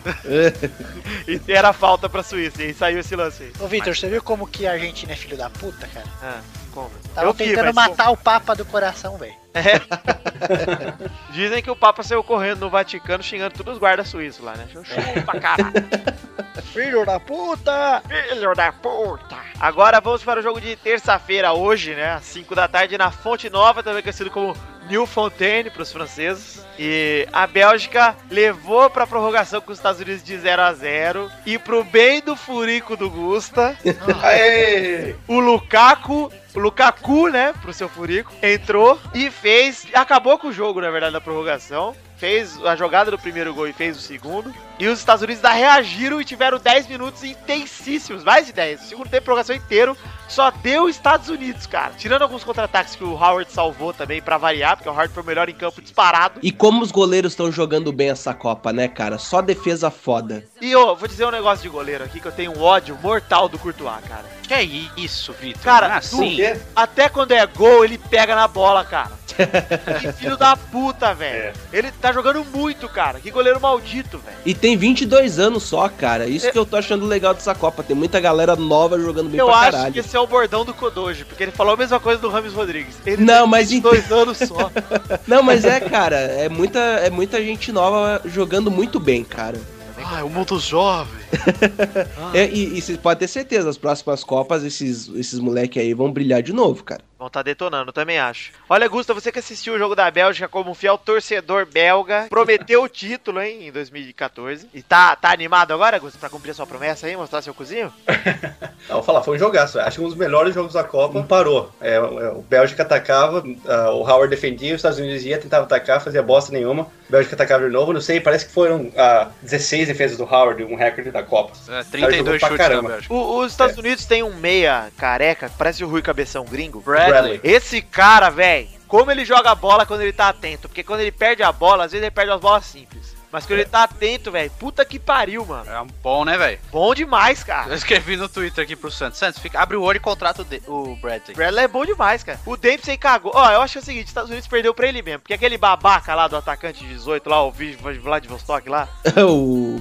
S3: (laughs) e era falta pra Suíça, e aí saiu esse lance aí.
S5: Ô, Vitor, você viu como que a Argentina é filho da puta, cara?
S3: Ah, como?
S5: Tava
S3: Eu vi,
S5: tentando
S3: mas
S5: matar o Papa do coração, velho.
S3: como? Dizem que o Papa saiu correndo no Vaticano xingando todos os guardas suíços lá, né? Chupa, pra caralho.
S5: Filho da puta!
S3: Filho da puta! Agora vamos para o jogo de terça-feira, hoje, né? Às 5 da tarde, na Fonte Nova, também conhecido como New Fontaine para os franceses. E a Bélgica levou para prorrogação com os Estados Unidos de 0 a 0 E pro bem do furico do Gusta,
S7: aê!
S3: o Lukaku. O Lukaku, né, pro seu furico, entrou e fez. Acabou com o jogo, na verdade, na prorrogação. Fez a jogada do primeiro gol e fez o segundo. E os Estados Unidos ainda reagiram e tiveram 10 minutos intensíssimos, mais de 10. O segundo tempo, prorrogação inteiro, só deu Estados Unidos, cara. Tirando alguns contra-ataques que o Howard salvou também, pra variar, porque o Howard foi o melhor em campo disparado.
S6: E como os goleiros estão jogando bem essa Copa, né, cara? Só defesa foda.
S3: E eu vou dizer um negócio de goleiro aqui que eu tenho um ódio mortal do Courtois, cara.
S4: Que é isso, Vitor?
S3: Cara,
S4: Não é
S3: tu-
S4: assim.
S7: quê?
S3: Até quando é gol, ele pega na bola, cara. que filho da puta, velho. Ele tá jogando muito, cara. Que goleiro maldito, velho.
S6: E tem 22 anos só, cara. Isso que eu tô achando legal dessa Copa. Tem muita galera nova jogando bem
S3: É. Eu
S6: pra
S3: acho
S6: caralho.
S3: que esse é o bordão do Kodoji, porque ele falou a mesma coisa do Rames Rodrigues. Ele
S6: Não, mas
S3: tem
S6: em-
S3: dois anos
S6: (laughs)
S3: só.
S6: Não, mas é, cara, é muita, é muita gente nova jogando muito bem, cara.
S3: Ai, o mundo jovem.
S6: É, e, e vocês podem ter certeza, as próximas Copas, esses, esses moleque aí vão brilhar de novo, cara. (laughs)
S3: Vão tá detonando, também acho. Olha, Gusta, você que assistiu o jogo da Bélgica como um fiel torcedor belga, prometeu o título, hein, em 2014. E tá, tá animado agora, Gusta, pra cumprir a sua promessa aí, mostrar seu cozinho?
S7: Não, vou falar, foi um jogaço. Acho que um dos melhores jogos da Copa. Não parou. É, é, o Bélgica atacava, ah, o Howard defendia, os Estados Unidos ia, tentava atacar, fazia bosta nenhuma. O Bélgica atacava de novo, não sei, parece que foram ah, 16 defesas do Howard, um recorde da Copa.
S4: É,
S7: jogou
S4: 32
S7: pra
S4: chutes
S7: caramba.
S4: na Bélgica.
S3: O- os Estados
S4: É.
S3: Unidos tem um meia careca, que parece o Rui Cabeção Gringo.
S7: Bradley.
S3: Esse cara, velho, como ele joga a bola quando ele tá atento. Porque quando ele perde a bola, às vezes ele perde as bolas simples. Mas quando ele tá atento, velho, puta que pariu, mano.
S4: É um bom, né, velho?
S3: Bom demais, cara.
S4: Eu escrevi no Twitter aqui pro Santos. Santos, fica, abre o olho e contrata o, de, o Bradley.
S3: Bradley é bom demais, cara. O Dempsey cagou. Ó, eu acho que é o seguinte, os Estados Unidos perdeu pra ele mesmo. Porque aquele babaca lá do atacante 18 lá, o Vi- Vladivostok lá.
S6: o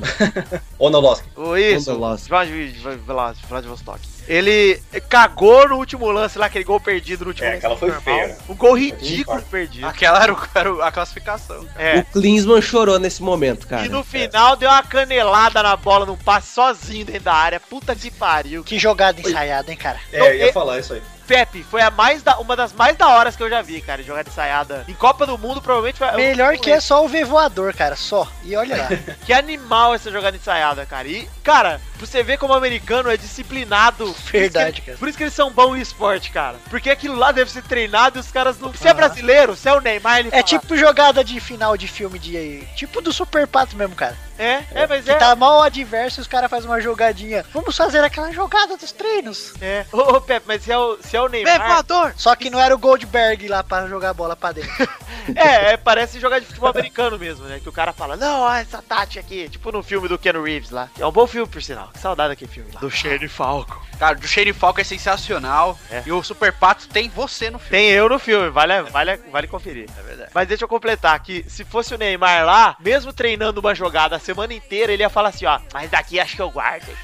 S7: Onoloski.
S3: O isso,
S6: Vladivostok.
S3: Vlad- Vlad- Vladivostok. Ele cagou no último lance lá, aquele gol perdido no último
S7: É,
S3: lance.
S7: aquela foi
S3: normal.
S7: feia, né?
S3: Um gol ridículo
S7: Foi Ah,
S3: perdido.
S4: Aquela era, o- era o- a classificação. cara.
S3: É.
S6: O Klinsmann chorou nesse momento, cara.
S3: E
S7: é.
S3: no final deu uma canelada na bola num passe sozinho dentro da área. Puta que pariu.
S5: Que jogada ensaiada, hein, cara?
S7: É,
S3: Não,
S7: eu ia
S3: é-
S7: falar isso aí.
S3: Pepe foi a mais da- uma das mais da horas que eu já vi, cara, de jogar de saiada. Em Copa do Mundo, provavelmente foi.
S5: Melhor que é só o Vevoador, cara, só. E
S3: (laughs)
S5: olha lá.
S3: Que animal essa jogada ensaiada, cara. E, cara, pra você ver como o americano é disciplinado.
S5: Verdade,
S3: Por isso que-
S5: cara.
S3: Por isso que eles são bons em esporte, cara. Porque aquilo lá deve ser treinado e os caras não. Se é brasileiro, se é o Neymar, ele
S5: Ah. É
S3: fala,
S5: tipo jogada de final de filme de. Tipo do Super Pato mesmo, cara.
S3: É, é, mas é.
S5: Tá mal adverso e os caras fazem uma jogadinha. Vamos fazer aquela jogada dos treinos.
S3: É. Ô, ô, Pepe, mas se é o, se é o Neymar.
S5: Só que não era o Goldberg lá pra jogar a bola pra dentro.
S3: (laughs) É, é, parece jogar de futebol americano mesmo, né? Que o cara fala, não, ó, essa tática aqui. Tipo no filme do Ken Reeves lá. É um bom filme, por sinal. Que saudade daquele filme lá.
S11: Do Shane Falco.
S4: Cara, o Shane Falco é sensacional.
S3: É.
S4: E o Super Pato tem você no filme.
S3: Tem eu no filme, vale, vale, vale conferir.
S4: É verdade.
S3: Mas deixa eu completar que se fosse o Neymar lá, mesmo treinando uma jogada a semana inteira, ele ia falar assim, ó, mas daqui acho que eu guardo. (laughs) hein?"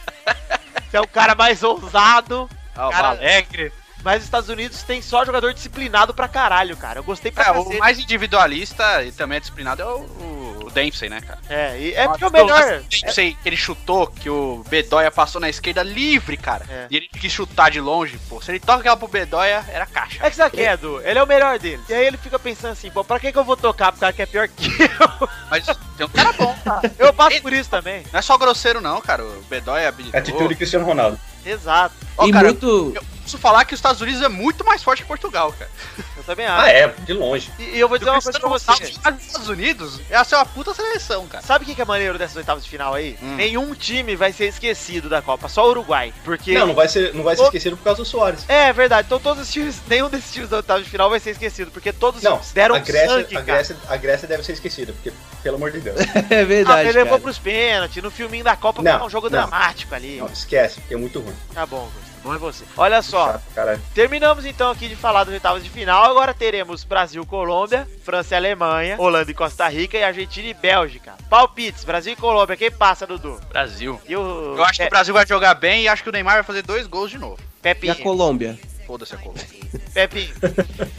S3: Você é um cara mais ousado,
S4: Ah, o
S3: cara, é
S4: Malu-
S3: alegre. Mas os Estados Unidos tem só jogador disciplinado pra caralho, cara. Eu gostei pra
S4: É,
S3: cacete.
S4: o mais individualista e também é disciplinado é o, o Dempsey, né, cara?
S3: É, e é porque é o
S4: lance
S3: melhor.
S4: do Dempsey que ele chutou, que o Bedoya passou na esquerda livre, cara.
S3: É.
S4: E ele quis chutar de longe, pô. Se ele toca aquela pro Bedoya, era caixa.
S3: É que sabe o que é, Edu? Ele é o melhor dele. E aí ele fica pensando assim, pô, pra que, que eu vou tocar pro cara que é pior que (laughs) eu?
S4: Mas tem um cara bom, tá?
S3: Eu passo por isso também.
S4: Não é só grosseiro, não, cara. O Bedoya é habilidoso.
S7: Atitude Cristiano Ronaldo.
S3: Exato.
S4: Ó,
S6: e
S4: cara,
S6: muito. (laughs)
S4: eu preciso falar que os Estados Unidos é muito mais forte que Portugal, cara.
S3: Eu também
S7: Ah,
S3: acho.
S7: é, de longe.
S3: E, e eu vou dizer uma coisa pra você.
S4: Os Estados Unidos é ser uma puta seleção, cara.
S3: Sabe o que que é maneiro dessas oitavas de final aí?
S4: Hum.
S3: Nenhum time vai ser esquecido da Copa, só o Uruguai. Porque.
S7: Não, não vai ser, não vai ser
S3: O-
S7: esquecido por causa do Soares.
S3: É verdade, então todos os times, (laughs) nenhum desses times da oitava de final vai ser esquecido, porque todos
S7: Não,
S3: eles deram
S7: a Grécia,
S3: sangue,
S7: a,
S3: cara.
S7: Grécia, a Grécia deve ser esquecida, porque, pelo amor de Deus. assim,
S6: É
S3: Ah,
S6: verdade.
S3: ele levou
S6: cara.
S3: pros pênaltis, no filminho da Copa
S7: Não,
S3: foi um jogo
S7: não.
S3: dramático ali.
S7: Não, esquece, porque é muito ruim.
S3: Tá bom, Augusto, bom é você. Olha só,
S7: Chato, caralho.
S3: Terminamos então aqui de falar das oitavas de final. Agora teremos Brasil, Colômbia, França e Alemanha, Holanda e Costa Rica e Argentina e Bélgica. Palpites, Brasil e Colômbia, quem passa, Dudu?
S4: Brasil.
S3: E o
S4: Eu acho que o
S3: Pe-
S4: Brasil vai jogar bem e acho que o Neymar vai fazer dois gols de novo.
S6: E a
S3: Pepinho,
S6: Colômbia?
S4: Foda-se a Colômbia.
S3: Pepinho,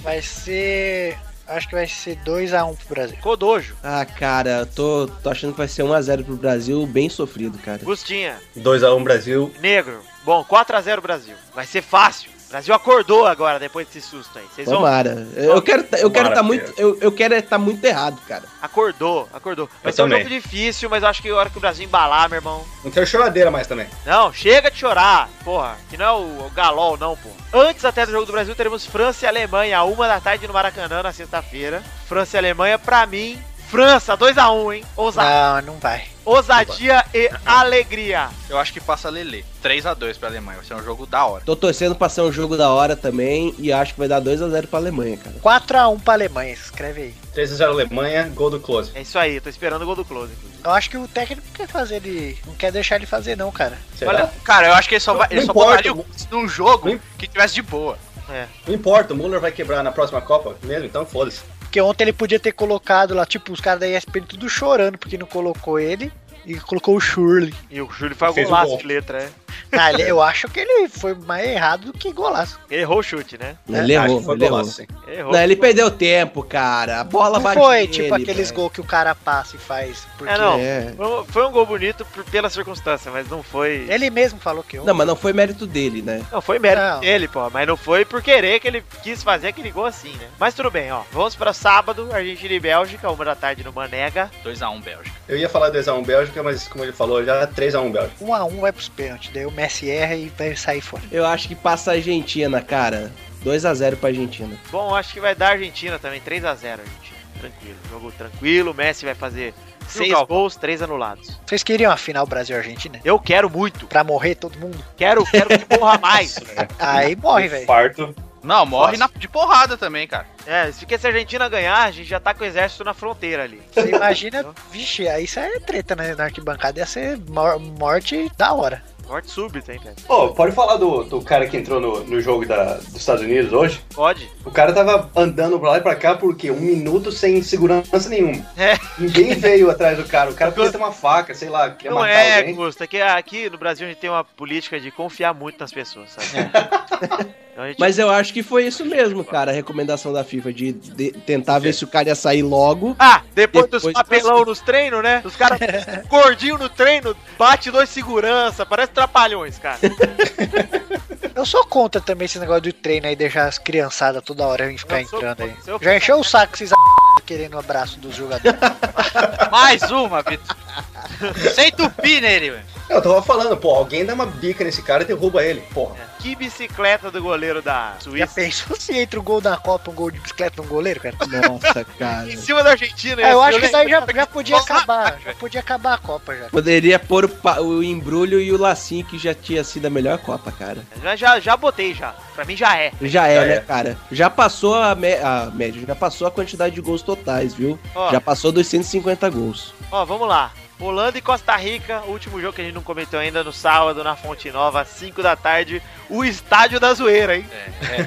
S5: Vai ser. Acho que vai ser 2x1 pro Brasil.
S3: Codojo,
S6: Ah, cara, eu tô, tô achando que vai ser 1x0 pro Brasil, bem sofrido, cara.
S3: Gustinha,
S7: 2x1 Brasil.
S3: Negro. Bom, 4x0 Brasil. Vai ser fácil. O Brasil acordou agora depois desse susto aí. Vocês vão.
S6: Tomara. Eu quero, tá- eu quero
S7: Tomara,
S6: tá muito,
S7: Pedro.
S6: eu, eu quero é tá muito errado, cara.
S3: Acordou, acordou. Vai
S7: Eu
S3: ser um
S7: também.
S3: jogo difícil, mas eu acho que a hora que o Brasil embalar, meu irmão.
S7: Não quero choradeira mais também.
S3: Não, chega de chorar, porra. Que não é o, o Galol, não, porra. Antes até do jogo do Brasil, teremos França e Alemanha, a uma da tarde no Maracanã, na sexta-feira. França e Alemanha, pra mim, França, 2x1, hein? Ousa-
S7: Ah,
S5: Não, não vai.
S3: Ousadia e alegria.
S4: Eu acho que passa Lele. 3x2 pra Alemanha. Vai ser um jogo da hora.
S6: Tô torcendo pra ser um jogo da hora também e acho que vai dar 2x0 pra Alemanha, cara.
S5: 4x1 pra Alemanha, escreve aí.
S7: 3x0 Alemanha, gol do Close.
S3: É isso aí, tô esperando o gol do Close, inclusive.
S5: Eu acho que o técnico quer fazer ele. Não quer deixar ele fazer, não, cara.
S7: Será?
S4: Olha, cara, eu acho que ele só, vai, ele
S7: Não
S4: só
S7: importa,
S4: botaria o
S7: não-
S4: Gomes num jogo
S7: não-
S4: que tivesse de boa.
S7: Não importa, o Muller vai quebrar na próxima Copa mesmo, então foda-se.
S5: Porque ontem ele podia ter colocado lá, tipo, os caras da ESPN tudo chorando porque não colocou ele. E colocou o Shurley.
S3: E o Júlio faz
S7: Fez um
S3: golaço
S7: gol.
S3: de letra, né?
S5: Ah, ele- eu acho que ele foi mais errado do que golaço.
S3: Ele errou o chute, né?
S6: Ele
S7: Acho
S6: errou,
S7: que foi
S6: ele errou.
S7: golaço, sim.
S3: Ele errou.
S5: Né?
S6: Não, ele perdeu tempo, cara. A bola
S5: Não
S6: vai.
S5: foi tipo aqueles gols que o cara passa e faz. Porque
S3: É, não.
S6: É.
S3: Foi um- Foi um gol bonito por- pela circunstância, mas não foi.
S5: Ele mesmo falou que eu.
S6: Não, mas não foi mérito dele, né?
S3: Não, foi mérito
S5: Não.
S3: dele, pô. Mas não foi por querer que ele quis fazer aquele gol assim, né? Mas tudo bem, ó. Vamos pra sábado, Argentina e Bélgica, uma da tarde no Manega.
S4: 2x1 Bélgica.
S7: Eu ia falar 2x1 Bélgica, mas como ele falou, já 3x1 Bélgica.
S5: 1 a 1 vai pros pênaltis. Daí o Messi erra e vai sair fora.
S6: Eu acho que passa a Argentina, cara. 2x0 pra Argentina.
S3: Bom, acho que vai dar Argentina também, 3 a 0 Argentina. Tranquilo, jogo tranquilo. O Messi vai fazer seis
S4: Galvão?
S3: gols, três anulados.
S5: Vocês queriam a final Brasil-Argentina?
S3: Eu quero muito.
S5: Pra morrer todo mundo?
S3: Quero, quero que morra mais.
S5: Aí morre, velho.
S7: Farto.
S4: Não, morre na- de porrada também, cara.
S3: É, se porque se a Argentina ganhar, a gente já tá com o exército na fronteira ali.
S5: Você imagina, vixe, aí sai treta né, na arquibancada, ia ser mor- morte da hora.
S3: Morte súbita, hein, velho?
S7: Pô, pode falar do, do cara que entrou no, no jogo da- dos Estados Unidos hoje?
S3: Pode.
S7: O cara tava andando pra lá e pra cá por quê? Um minuto sem segurança nenhuma.
S3: É.
S7: Ninguém veio atrás do cara.
S3: (laughs)
S7: O cara podia ter uma faca, sei lá, queria
S3: Não
S7: matar
S3: é,
S7: alguém.
S3: Gusto. É que aqui no Brasil a gente tem uma política de confiar muito nas pessoas, sabe?
S5: É.
S3: (laughs) Então a gente-
S6: Mas eu acho que foi isso mesmo, cara. A recomendação da FIFA de, de tentar ver se o cara ia sair logo.
S3: Ah, depois, dos
S6: Depois-
S3: papelão nos treinos, né? Os caras gordinho no treino, bate dois segurança, parece trapalhões, cara.
S5: Eu sou contra também esse negócio do treino aí, deixar as criançadas toda hora em ficar
S3: Eu sou
S5: entrando
S3: contra,
S5: aí.
S3: sou
S5: Já
S3: contra.
S5: encheu o saco esses a... querendo o abraço dos jogadores.
S3: (laughs)
S4: Mais uma, Vitor. Sem tupi nele, velho.
S7: Eu tava falando, pô, alguém dá uma bica nesse cara e derruba ele, porra.
S3: É. Que bicicleta do goleiro da
S5: Já
S3: Suíça.
S5: pensou se entra um gol da Copa, um gol de bicicleta, um goleiro, cara?
S6: Nossa, cara.
S3: Em cima da Argentina.
S5: É, eu acho que
S3: isso
S5: isso aí já, já podia (laughs) acabar. Já podia acabar a Copa já.
S6: Poderia pôr o, pa- o embrulho e o lacinho que já tinha sido a melhor Copa, cara.
S3: Já, já, já botei já. Pra mim já é.
S6: Já é,
S7: Já
S6: né,
S7: é.
S6: cara? Já passou a, mé- a média, já passou a quantidade de gols totais, viu?
S3: Ó.
S6: Já passou dos 150 gols.
S3: Ó, vamos lá. Holanda e Costa Rica, o último jogo que a gente não comentou ainda, no sábado, na Fonte Nova, às 5 da tarde, o estádio da zoeira, hein?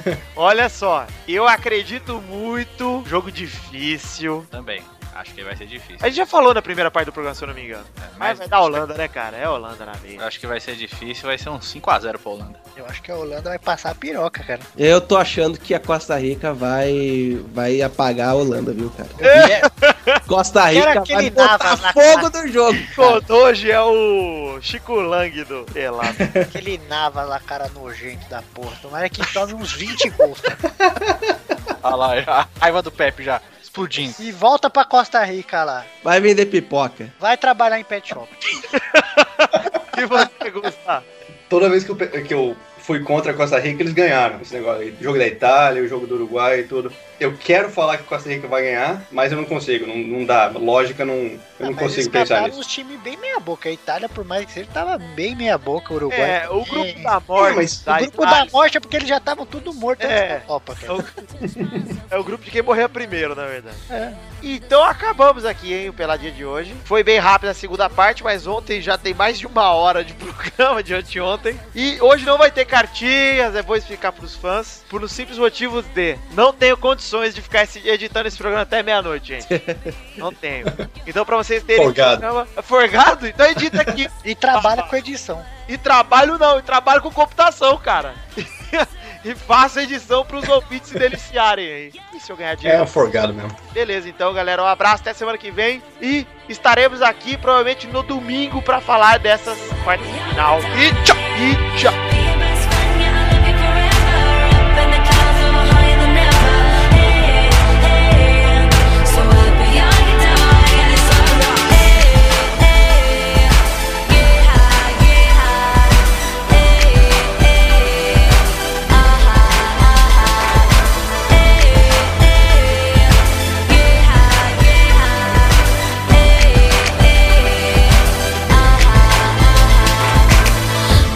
S4: É.
S3: É. Olha só, eu acredito muito, jogo difícil.
S4: Também. Acho que vai ser difícil.
S3: A gente já falou na primeira parte do programa, se eu não me engano.
S4: É,
S3: Mas vai dar Holanda, né, cara? É Holanda na
S4: Eu
S3: meia.
S4: acho que vai ser difícil, vai ser um 5x0 pra Holanda.
S5: Eu acho que a Holanda vai passar a piroca, cara.
S6: Eu tô achando que a Costa Rica vai, vai apagar a Holanda, viu, cara? Costa Rica
S5: Era aquele
S6: vai botar
S5: Navas lá,
S6: fogo no jogo. cara.
S3: Contou hoje é o Chico Lang do Pelado.
S5: Aquele Nava lá, cara nojento da porra. Tomara que tome uns (laughs) 20 gols, cara.
S4: Olha lá, a (laughs) raiva do Pepe já explodindo.
S5: E volta pra Costa Rica lá.
S6: Vai vender pipoca.
S5: Vai trabalhar em pet shop.
S3: E você, Gustavo?
S7: Toda vez que eu, pe- que eu fui contra a Costa Rica, eles ganharam esse negócio. aí. O jogo da Itália, o jogo do Uruguai e tudo. Eu quero falar que a Costa Rica vai ganhar, mas eu não consigo, não, não dá. Lógica, não, eu
S3: Ah,
S7: não
S5: mas
S7: consigo
S5: eles
S7: pensar
S5: escaparam
S7: nisso.
S5: uns times bem meia boca. A Itália, por mais que seja, tava bem meia boca. O Uruguai.
S3: É, o
S5: também.
S3: grupo da morte.
S7: É, mas
S5: O
S3: da
S5: grupo
S3: Itália.
S5: da morte é porque eles já estavam tudo morto
S3: É.
S5: antes da Copa, cara.
S3: (laughs) É o grupo de quem morreu primeiro, na verdade.
S5: É.
S3: Então acabamos aqui, hein, o Peladinha de hoje. Foi bem rápido a segunda parte, mas ontem já tem mais de uma hora de (laughs) programa de anteontem. E hoje não vai ter cartinhas, é vou explicar pros fãs, por um simples motivo de não tenho condições de ficar esse- editando esse programa até meia-noite,
S5: (laughs)
S3: gente. não tenho. Então pra vocês terem...
S7: Folgado.
S3: Programa... Forgado? Então edita aqui. (laughs)
S5: E trabalha com edição.
S3: E trabalho não, e trabalho com computação,
S7: (laughs)
S3: cara. e faço edição pros ouvintes se deliciarem aí. E se eu ganhar dinheiro?
S7: É um forgado mesmo.
S3: Beleza, então, galera, um abraço, até semana que vem. E estaremos aqui, provavelmente, no domingo pra falar dessas quartas de final. E tchau! E tchau!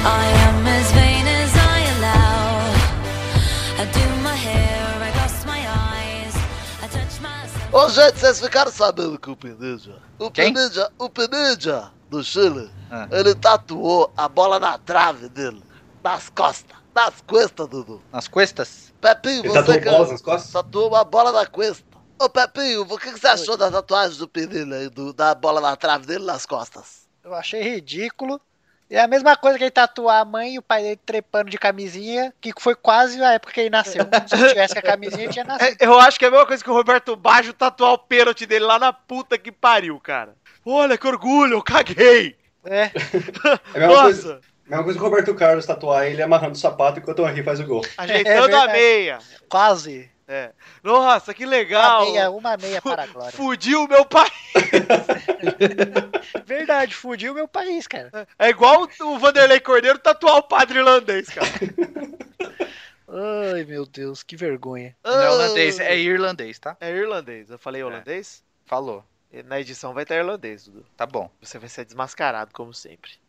S8: I am as vain as I allow. I do my hair, I gloss my eyes, I touch myself.
S2: Ô, gente, vocês ficaram sabendo que o Penija, o
S4: Quem?
S2: Penija, o Penija do Chile,
S4: Ah.
S2: ele tatuou a bola na trave dele, nas costas, nas costas, Dudu.
S4: Nas costas?
S2: Pepinho,
S7: Ele
S2: você
S7: tatuou
S2: que-
S7: bolas nas costas?
S2: Tatuou uma bola na cuesta. Ô, Pepinho, o que, que você achou da tatuagem do Penilha aí, do- da bola na trave dele nas costas?
S5: Eu achei ridículo. É a mesma coisa que ele tatuar a mãe e o pai dele trepando de camisinha, que foi quase a época que ele (laughs) nasceu. Se ele tivesse a camisinha, ele tinha nascido.
S3: É, Eu acho que é a mesma coisa que o Roberto Baggio tatuar o pênalti dele lá na puta que pariu, cara. Olha que orgulho, eu caguei!
S5: É,
S7: É a mesma coisa,
S3: Nossa,
S7: mesma coisa que o Roberto Carlos tatuar ele amarrando o sapato enquanto o Henry faz o gol.
S3: ajeitando a
S5: verdade.
S3: meia.
S5: quase.
S3: Nossa, que legal!
S5: Uma
S7: é
S5: meia,
S7: um
S5: uma meia para a glória.
S3: Fudiu o meu pai.
S5: Verdade, fudiu meu país, cara.
S3: (laughs) É igual o- o Vanderlei Cordeiro tatuar o padre irlandês, cara.
S5: Ai, meu Deus, que vergonha.
S4: (laughs) Não é holandês, é irlandês, tá?
S3: Ah, É irlandês. Eu falei holandês?
S4: Falou.
S3: Na edição vai estar irlandês, Dudu.
S4: Tá bom.
S3: Você vai ser desmascarado, como sempre.